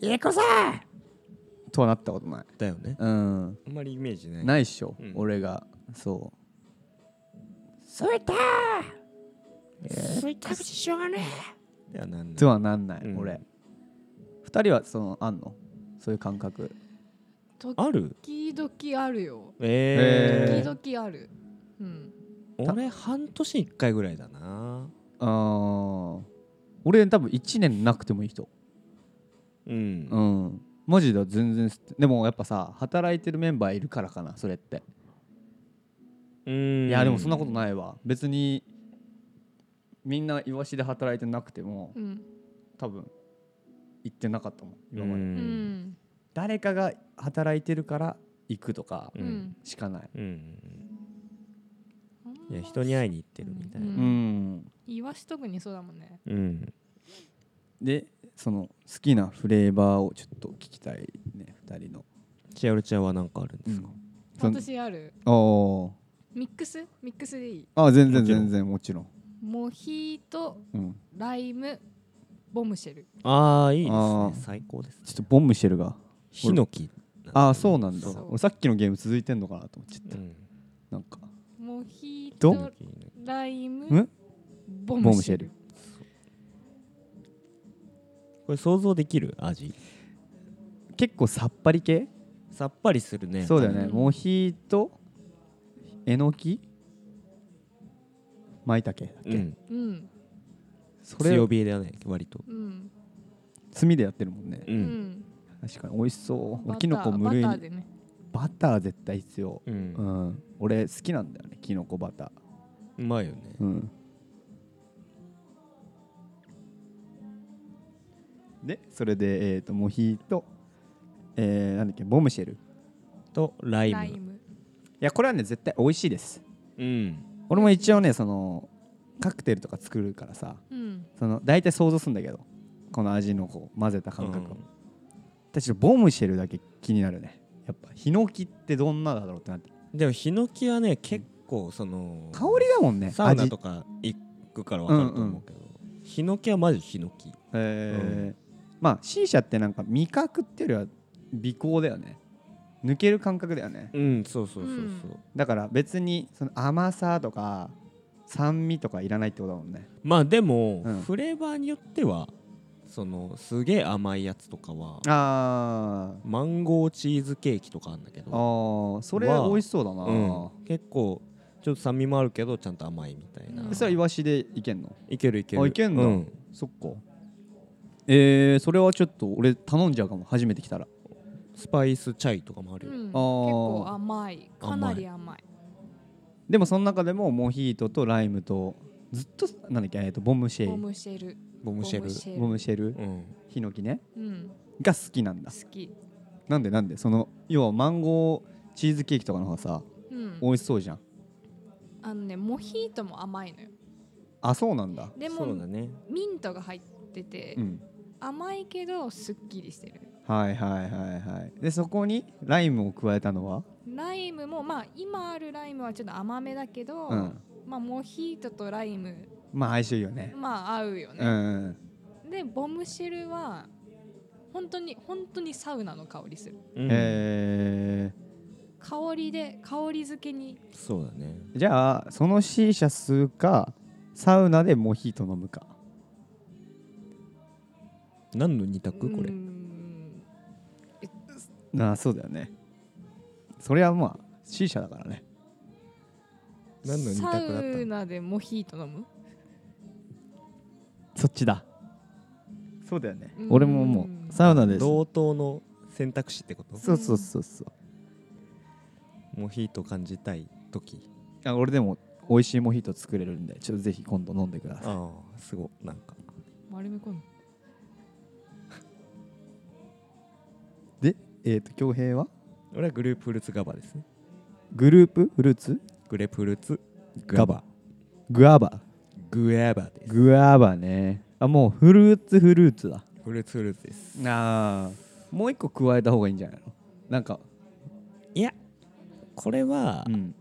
B: 行くぞーとはなったことない
D: だよね
B: うん
D: あんまりイメージない
B: ないっしょ、
D: うん
B: 俺がそう
D: ではなんない
B: とはなんない、
D: うん
B: 俺二人はそのあんのそういう感覚
D: ある
C: 時々あるよ
D: えー、
C: 時々あるうん
D: 俺半年一回ぐらいだな
B: あー俺多分1年なくてもいい人
D: うん、
B: うんマジだ全然吸ってでもやっぱさ働いてるメンバーいるからかなそれって
D: うん
B: いやでもそんなこと
D: い
B: ないわ別にみんなイワシで働いてなくても
C: うん
B: 多分行ってなかったもん今
D: う
B: まで、
C: うんん
B: 誰かが働いてるから行くとか
D: うん
C: うん
B: しかない
D: うん
C: あん
D: い
C: ま
D: や人に会いに行ってるみたいな
C: うん
B: うん
C: イワシ特にそうだもんね
D: うん
B: でその好きなフレーバーをちょっと聞きたいね2人の、
D: 千春ちゃんは何かあるんですか、
B: そん
C: 私ある
B: あ
C: ミックスミックスでいい
B: ああ全然
D: もちろん
B: 全然もちろん、
C: モヒート
B: うん、
C: ライムボムシェル
D: ああいいです
B: あー
D: ね最高です
B: ちょっとボンムシェルが
D: ヒノキ
B: ああそうなんだ
C: そう
B: 俺さっきのゲーム続いてんのかなと思っちゃった、
D: うん
B: なんか
C: モヒー
B: ど
C: トライム
B: ん
C: ボムシェル
D: これ想像できる味
B: 結構さっぱり系
D: さっぱりするね
B: そうだよね、
C: うん
B: モヒートえのきまいたけだっけ、
D: うん
C: うん
B: それ
D: 強火だね割と
C: うん
B: 炭でやってるもんね、
D: う
C: うんん
B: 確かに美味しそう
C: バ
B: 俺
C: ター
B: きのこ無類に
C: バ
B: バ
C: ター
B: タ
C: で
B: ー
C: ね
B: 絶対必要、
D: う
B: うんん俺好きなんだよねきのこバタ
D: うまいよね
B: ーうんでそれで、えー、とモヒート、えー、なんだっけボムシェルい
D: とライ
C: ライ
D: ム
C: ム
B: やこれはね絶対美味しいです
D: うん
B: 俺も一応ねそのカクテルとか作るからさ
C: うん
B: その大体想像するんだけどこの味のこう混ぜた感覚を、私ボムシェルだけ気になるねやっぱヒノキってどんなだろうってなって
D: うんでもヒノキはね結構その
B: 香りだもんね
D: サウナ
B: 味
D: とか行くから分かると思うけどヒノキはマジヒノキ
B: えーまあ C 社ってなんか味覚っていうよりは美香だよね抜ける感覚だよね
D: うんそうそうそうそうう
B: だから別にその甘さとか酸味とかいらないってことだもんね
D: まあでも
B: うん
D: フレーバーによってはそのすげえ甘いやつとかは
B: あー
D: マンゴーチーズケーキとかあるんだけ
B: あ
D: ど
B: ーそれ
D: は
B: 美味しそうだな、
D: うん結構ちょっと酸味もあるけどちゃんと甘いみたいな
C: うん
B: それはイワシでいけんの
D: いけるいける
B: あいけんだ
D: うん
B: そっかえー、それはちょっと俺頼んじゃうかも初めて来たら
D: スパイスチャイとかもあ
C: う
D: る
C: ん
D: よ、
C: 結構
B: あ
C: 甘いかなり甘い
B: でもその中でもモヒートとライムとずっとなんだっけ、えー、とボムシェ
C: ボ
B: イ
C: ムシェル
D: ボムシェル
B: ボムシェル
D: うん
B: ヒノキね
C: うん
B: が好きなんだ
C: 好き
B: なんでなんでその要はマンゴーチーズケーキとかの方がさ
C: うん
B: 美味しそうじゃん
C: あのねモヒートも甘いのよ
B: あそうなんだ
C: で
D: そ
C: も
D: うだね
C: ミントが入ってて
B: うん
C: 甘いけどすっきりしてる
B: はいはいはいはいでそこにライムを加えたのは
C: ライムもまあ今あるライムはちょっと甘めだけど、
B: うん
C: まあモヒートとライム
B: まあ相性いいよね
C: まあ合うよ
B: うん
C: ね、
B: うんうん
C: でボムシェルは本当に本当にサウナの香りする
D: うん
B: え
C: 香りで香り付けに
D: そうだね
B: ー、じゃあその C 社数かサウナでモヒート飲むか
D: 何の二択こ
C: う
D: れ
C: ーん
B: ああそうだよねそれはまあ C 社だからね
D: 何の二択だ
C: サ
D: ったの
C: ウナでモヒート飲む
G: そっちだ
B: そうだよね
C: うん
B: 俺ももうサウナで
D: 同等の選択肢ってこと
B: そうそうそうそう
D: モヒート感じたい時
B: あ俺でも美味しいモヒート作れるんでちょっとぜひ今度飲んでください
D: ああすごいなんか
C: 丸め込む
B: でえっ、と恭平は
D: 俺はグループフルーツガバですね
B: グループフルーツ
D: グレープフルーツ
B: ガバグアバ
D: グアバです
B: グアバねあもうフルーツフルーツだ
D: フルーツフルーツです
B: あーもう一個加えた方がいいんじゃないのなんか
D: いやこれは
B: う、ん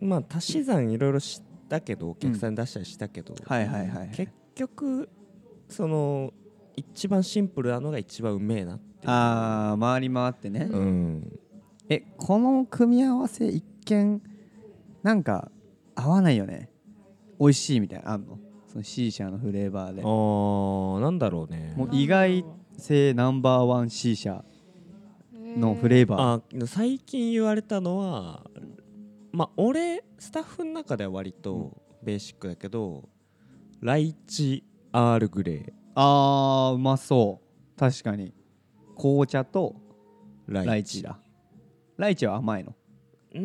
D: まあ足し算いろいろしたけどお客さんに出したりしたけど、
B: はいはいはい
D: 結局その一番シンプルなのが一番うめえなっていう
B: あー回り回ってね、
D: うん
B: えこの組み合わせ一見なんか合わないよね美味しいみたいなのあんのそのシーシャのフレーバーで
D: あーなんだろうね
B: もう意外性ナンバーワンシーシャのフ
C: ー
B: レーバー、
D: あ最近言われたのはまあ俺スタッフの中では割とベーシックだけど、ライチアールグレー
B: あーうまそう確かに紅茶と
D: ライチ
B: ライチだライチは甘いの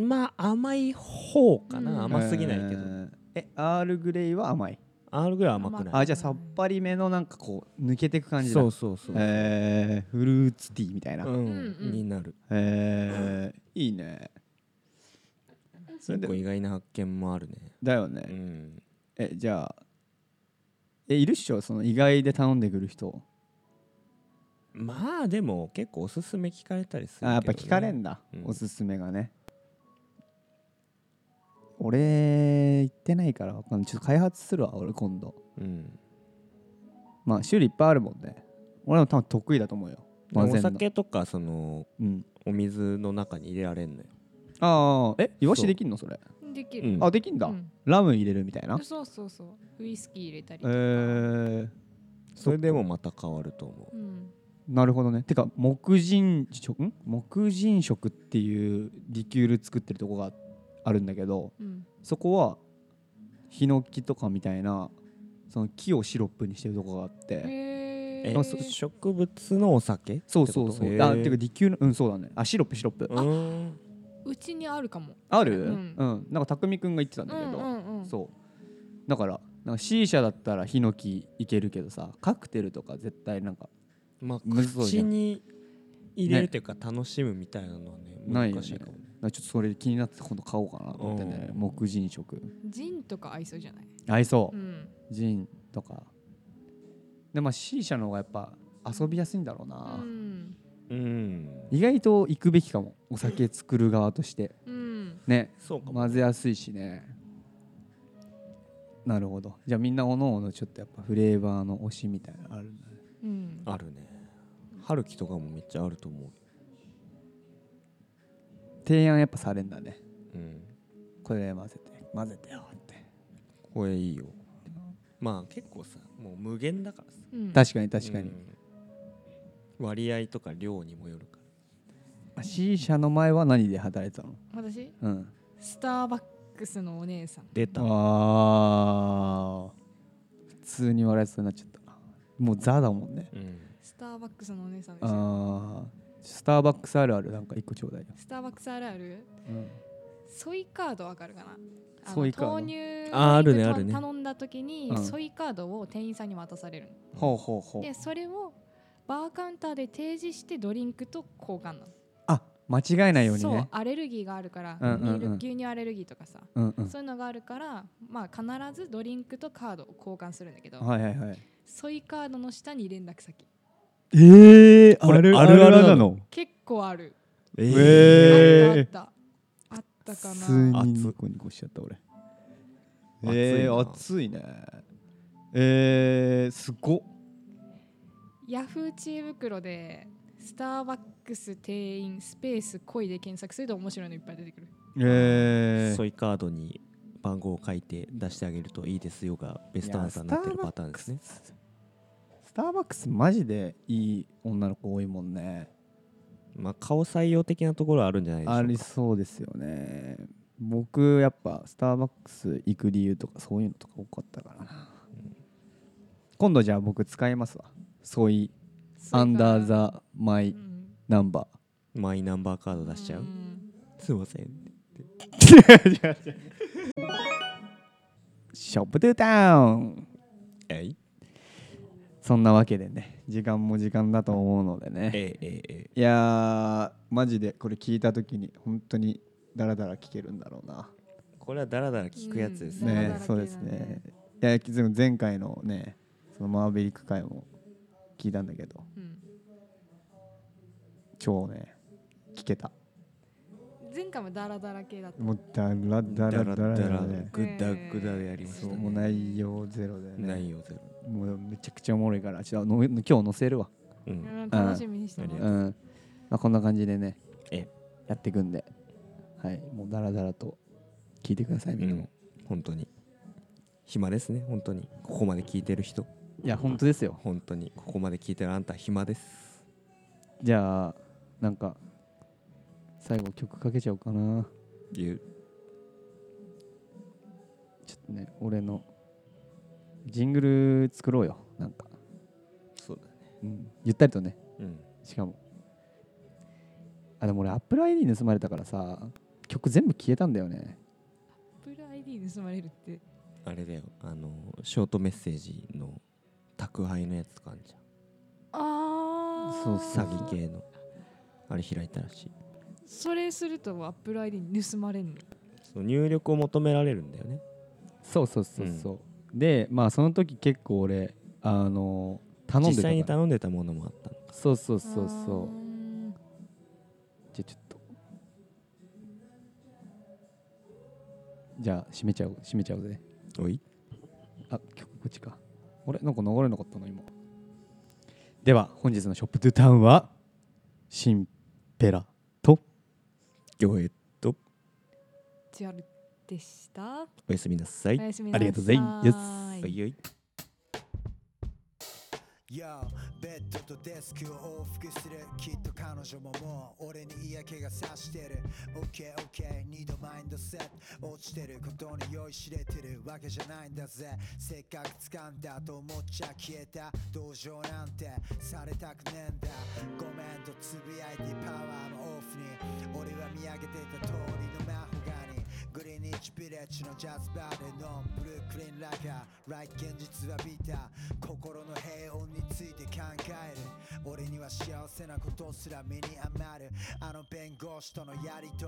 D: まあ甘い方かな、
C: うん
D: 甘すぎないけど、
B: うんえアールグレイは甘い
D: アールグレーは甘くない
B: あじゃあさっぱりめのなんかこう抜けてく感じだ
D: そうそうそう、
B: えー、フルーツティーみたいな、
D: うん、
C: うんうん
D: になる
B: えー、いいねそれ
D: 結
B: で
D: 構意外な発見もあるね
B: だよね、
D: うん
B: えじゃあえいるっしょその意外で頼んでくる人
D: まあでも結構おすすめ聞かれたりするけど、
B: あ
D: ね、
B: やっぱ聞かれんだ、
D: うん
B: おすすめがね俺行ってないからわかんないちょっと開発するわ俺今度
D: うん
B: まあ種類いっぱいあるもんね俺も多分得意だと思うよ
D: でもお
B: 混ぜんの
D: 酒とかその
B: うん
D: お水の中に入れられんのよ、
B: ああえイワシできんのそれ
C: でき
D: う
C: る、
D: ん
B: あできんだ、
C: うん
B: ラム入れるみたいな
C: そうそうそうウイスキー入れたり
B: えー、
D: それでもまた変わると思う
C: うん
B: なるほどねてか木人食ん木人食っていうリキュール作ってるとこがあるんだけど
C: うん
B: そこはヒノキとかみたいなその木をシロップにしてるとこがあって
C: へ
D: え
C: ー
B: あ
D: そ植物のお酒
B: そうそうそう
D: ってこと
B: あ
D: へー
B: てかリキュールうんそうだねあシロップシロップ
D: うーん
C: うちにあるかも
B: あるう
C: うんん、
B: なんか匠くんが言ってたんだけど、
C: うんうん
B: そうだからなんか C 社だったらヒノキいけるけどさカクテルとか絶対なんか
D: まあ
B: むずいね
D: 口に入れるというか楽しむみたいなのはね
B: ないよ
D: 難
B: ね
D: しいかもね
B: なんかちょっとそれ気になって今度買おうかなと思ってね
D: うん
B: 木人食
C: ジンとか合いそうじゃない
B: 合いそう
C: う、ん
B: ジンとかでまあ C 社の方がやっぱ遊びやすいんだろう
C: う
B: な、
C: ん
D: うん
B: 意外と行くべきかもお酒作る側として
C: うん
B: ね
D: そうかも
B: 混ぜやすいしねなるほどじゃあみんなおのおのちょっとやっぱフレーバーの推しみたいなのあるんだね
C: うん
D: あるね春樹とかもめっちゃあると思
B: 提案やっぱされんだね
D: う、うん、
B: これ混ぜて混ぜてよって
D: これいいよまあ結構さもう無限だからさ
C: うん
B: 確かに確かに、
D: うん割合とか量にもよるか
B: あ C 社の前は何で働いてたの
C: 私
B: うん
C: スターバックスのお姉さん
D: 出た
B: あー普通に笑いそうになっちゃったなもうザだもんね
D: うん
C: スターバックスのお姉さんですよ
B: あースターバックスあるあるなんか一個ちょうだいよ、
C: スターバックスあるある
B: うん
C: ソイカードわかるかなあの
B: ソイカード
C: 豆乳を
D: あーあるね
C: いくつも
D: あるね
C: 頼んだ時に、
B: うん
C: ソイカードを店員さんに渡される
B: ほうほうほ
C: の
B: う
C: でそれをバーカウンターで提示してドリンクと交換なの
B: あ間違えないように
C: そう
B: ね
C: アレルギーがあるから、
B: うんうんうん
C: ミール牛乳アレルギーとかさ、
B: うんうん
C: そういうのがあるから、まあ、必ずドリンクとカードを交換するんだけど、
B: はいはいはい
C: ソイカードの下に連絡先
G: ええ
D: これあるあるあるな
G: の
C: 結構ある、
D: え
G: えー
C: あったあったあったか
B: 普通
C: な
D: 熱
B: に
D: い
B: ニコニコしちゃった俺
D: 熱い
B: え
D: な
B: ー、熱いねえー、すごっ
C: ヤフー知恵袋でスターバックス店員スペース恋で検索すると面白いのいっぱい出てくる
B: え
D: ソイカードに番号を書いて出してあげるといいですよがベストアンサーになってるパターンですね
B: スターバックスマジでいい女の子多いもんね
D: まあ顔採用的なところはあるんじゃないでしょうか
B: ありそうですよね僕やっぱスターバックス行く理由とかそういうのとか多かったからな今度じゃあ僕使いますわソイアンダーザマイ
C: うん
B: ナンバ
D: マイナンバーカード出しちゃう、
C: ん
D: すいません
B: ーショップトゥータウン
D: えい
B: そんなわけでね時間も時間だと思うので
D: え
B: ね
D: いえいえ
B: いやーマジでこれ聞いた時に本当にダラダラ聞けるんだろうな
D: えこれはダラダラ聞くやつです
C: ダラダ
D: ね、
C: ラ
B: ね
C: 聞ける
B: そうですねいやでも前回のねそのマーベリック回も聞いたんだけど
C: うん
B: 超ね聞けた
C: 前回もダラダラ系だった
B: もうダラダ
D: ダ
B: ラ
D: ラ
B: ダラ
D: ダ
B: だ
D: ラ
B: ね
D: グダグダでやりまし
B: そ
D: た
B: う
D: ね、
B: もう内容ゼロだよね
D: 内容ゼロ
B: もうめちゃくちゃおもろいからちょっとの今日載せるわ
D: うん
C: うん楽しみにしてま
D: う
B: うんん、
C: す
B: まあ、こんな感じでね
D: え
B: やっていくんではいもうダラダラと聞いてくださいみ
D: うん
B: なも、
D: 本当に暇ですね本当にここまで聞いてる人
B: いや本当ですよ
D: 本当にここまで聞いてるあんた暇です
B: じゃあなんか最後曲かけちゃおうかな
D: いう
B: ちょっとね俺のジングル作ろうよなんか、
D: そうだね
B: うん、ゆったりとね
D: うん
B: しかもあでも俺 Apple ID 盗まれたからさ曲全部消えたんだよね
C: プル ID 盗まれるって
D: あれだよあのショートメッセージの宅配のやつ感じゃん
C: ああ
B: そう
D: 詐欺系のあれ開いたらしい
C: それするとアップル ID 盗まれんの
D: そう入力を求められるんだよね
B: そうそうそうそう、でまあその時結構俺あの頼んで
D: 実
B: た
D: 際に
B: から
D: 頼んでたものもあったの
B: そうそうそうそう
C: う
B: じゃあちょっとじゃあ閉めちゃう閉めちゃうぜ
D: おい
B: あ曲こっちかあれなんか流れなかったの今では本日の「ショップトゥタウン」はシンペラと
D: 行へ
C: チュアルでした
D: おやすみなさい、
C: おやすみ
B: あ
C: なさい
B: りがとうございます
D: おいおい
H: Yo ベッドとデスクを往復するきっと彼女ももう俺に嫌気がさしてる OKOK 二度マインドセット落ちてることに酔いしれてるわけじゃないんだぜせっかく掴んだと思っちゃ消えた同情なんてされたくねえんだごめんとつぶやいてパワーもオフに俺は見上げてた通りのマホガニグリニッチビレッジのジャズバーでのブルックリンラガーライト現実はビタ心の平穏について考える俺には幸せなことすら身に余るあの弁護士とのやりと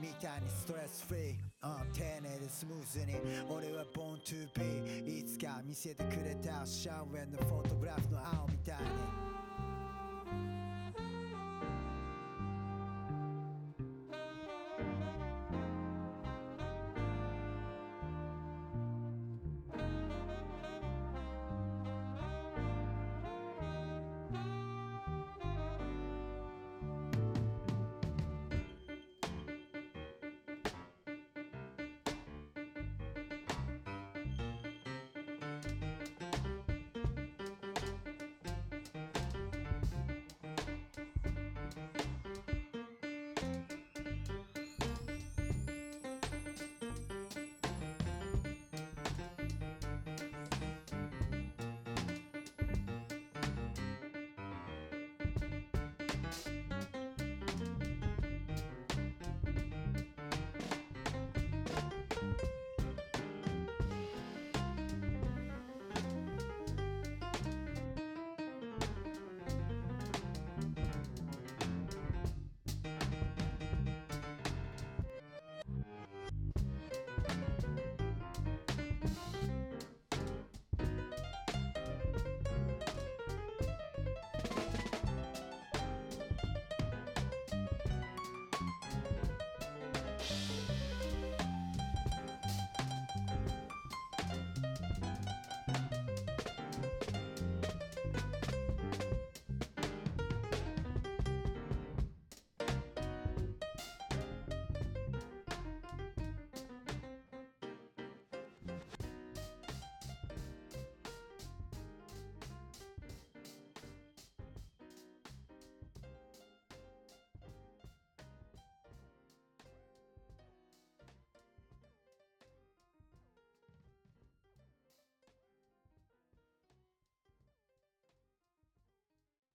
H: りみたいにストレスフリー、うん丁寧でスムーズに俺は Born to be いつか見せてくれたシャンウェンのフォトグラフの青みたいに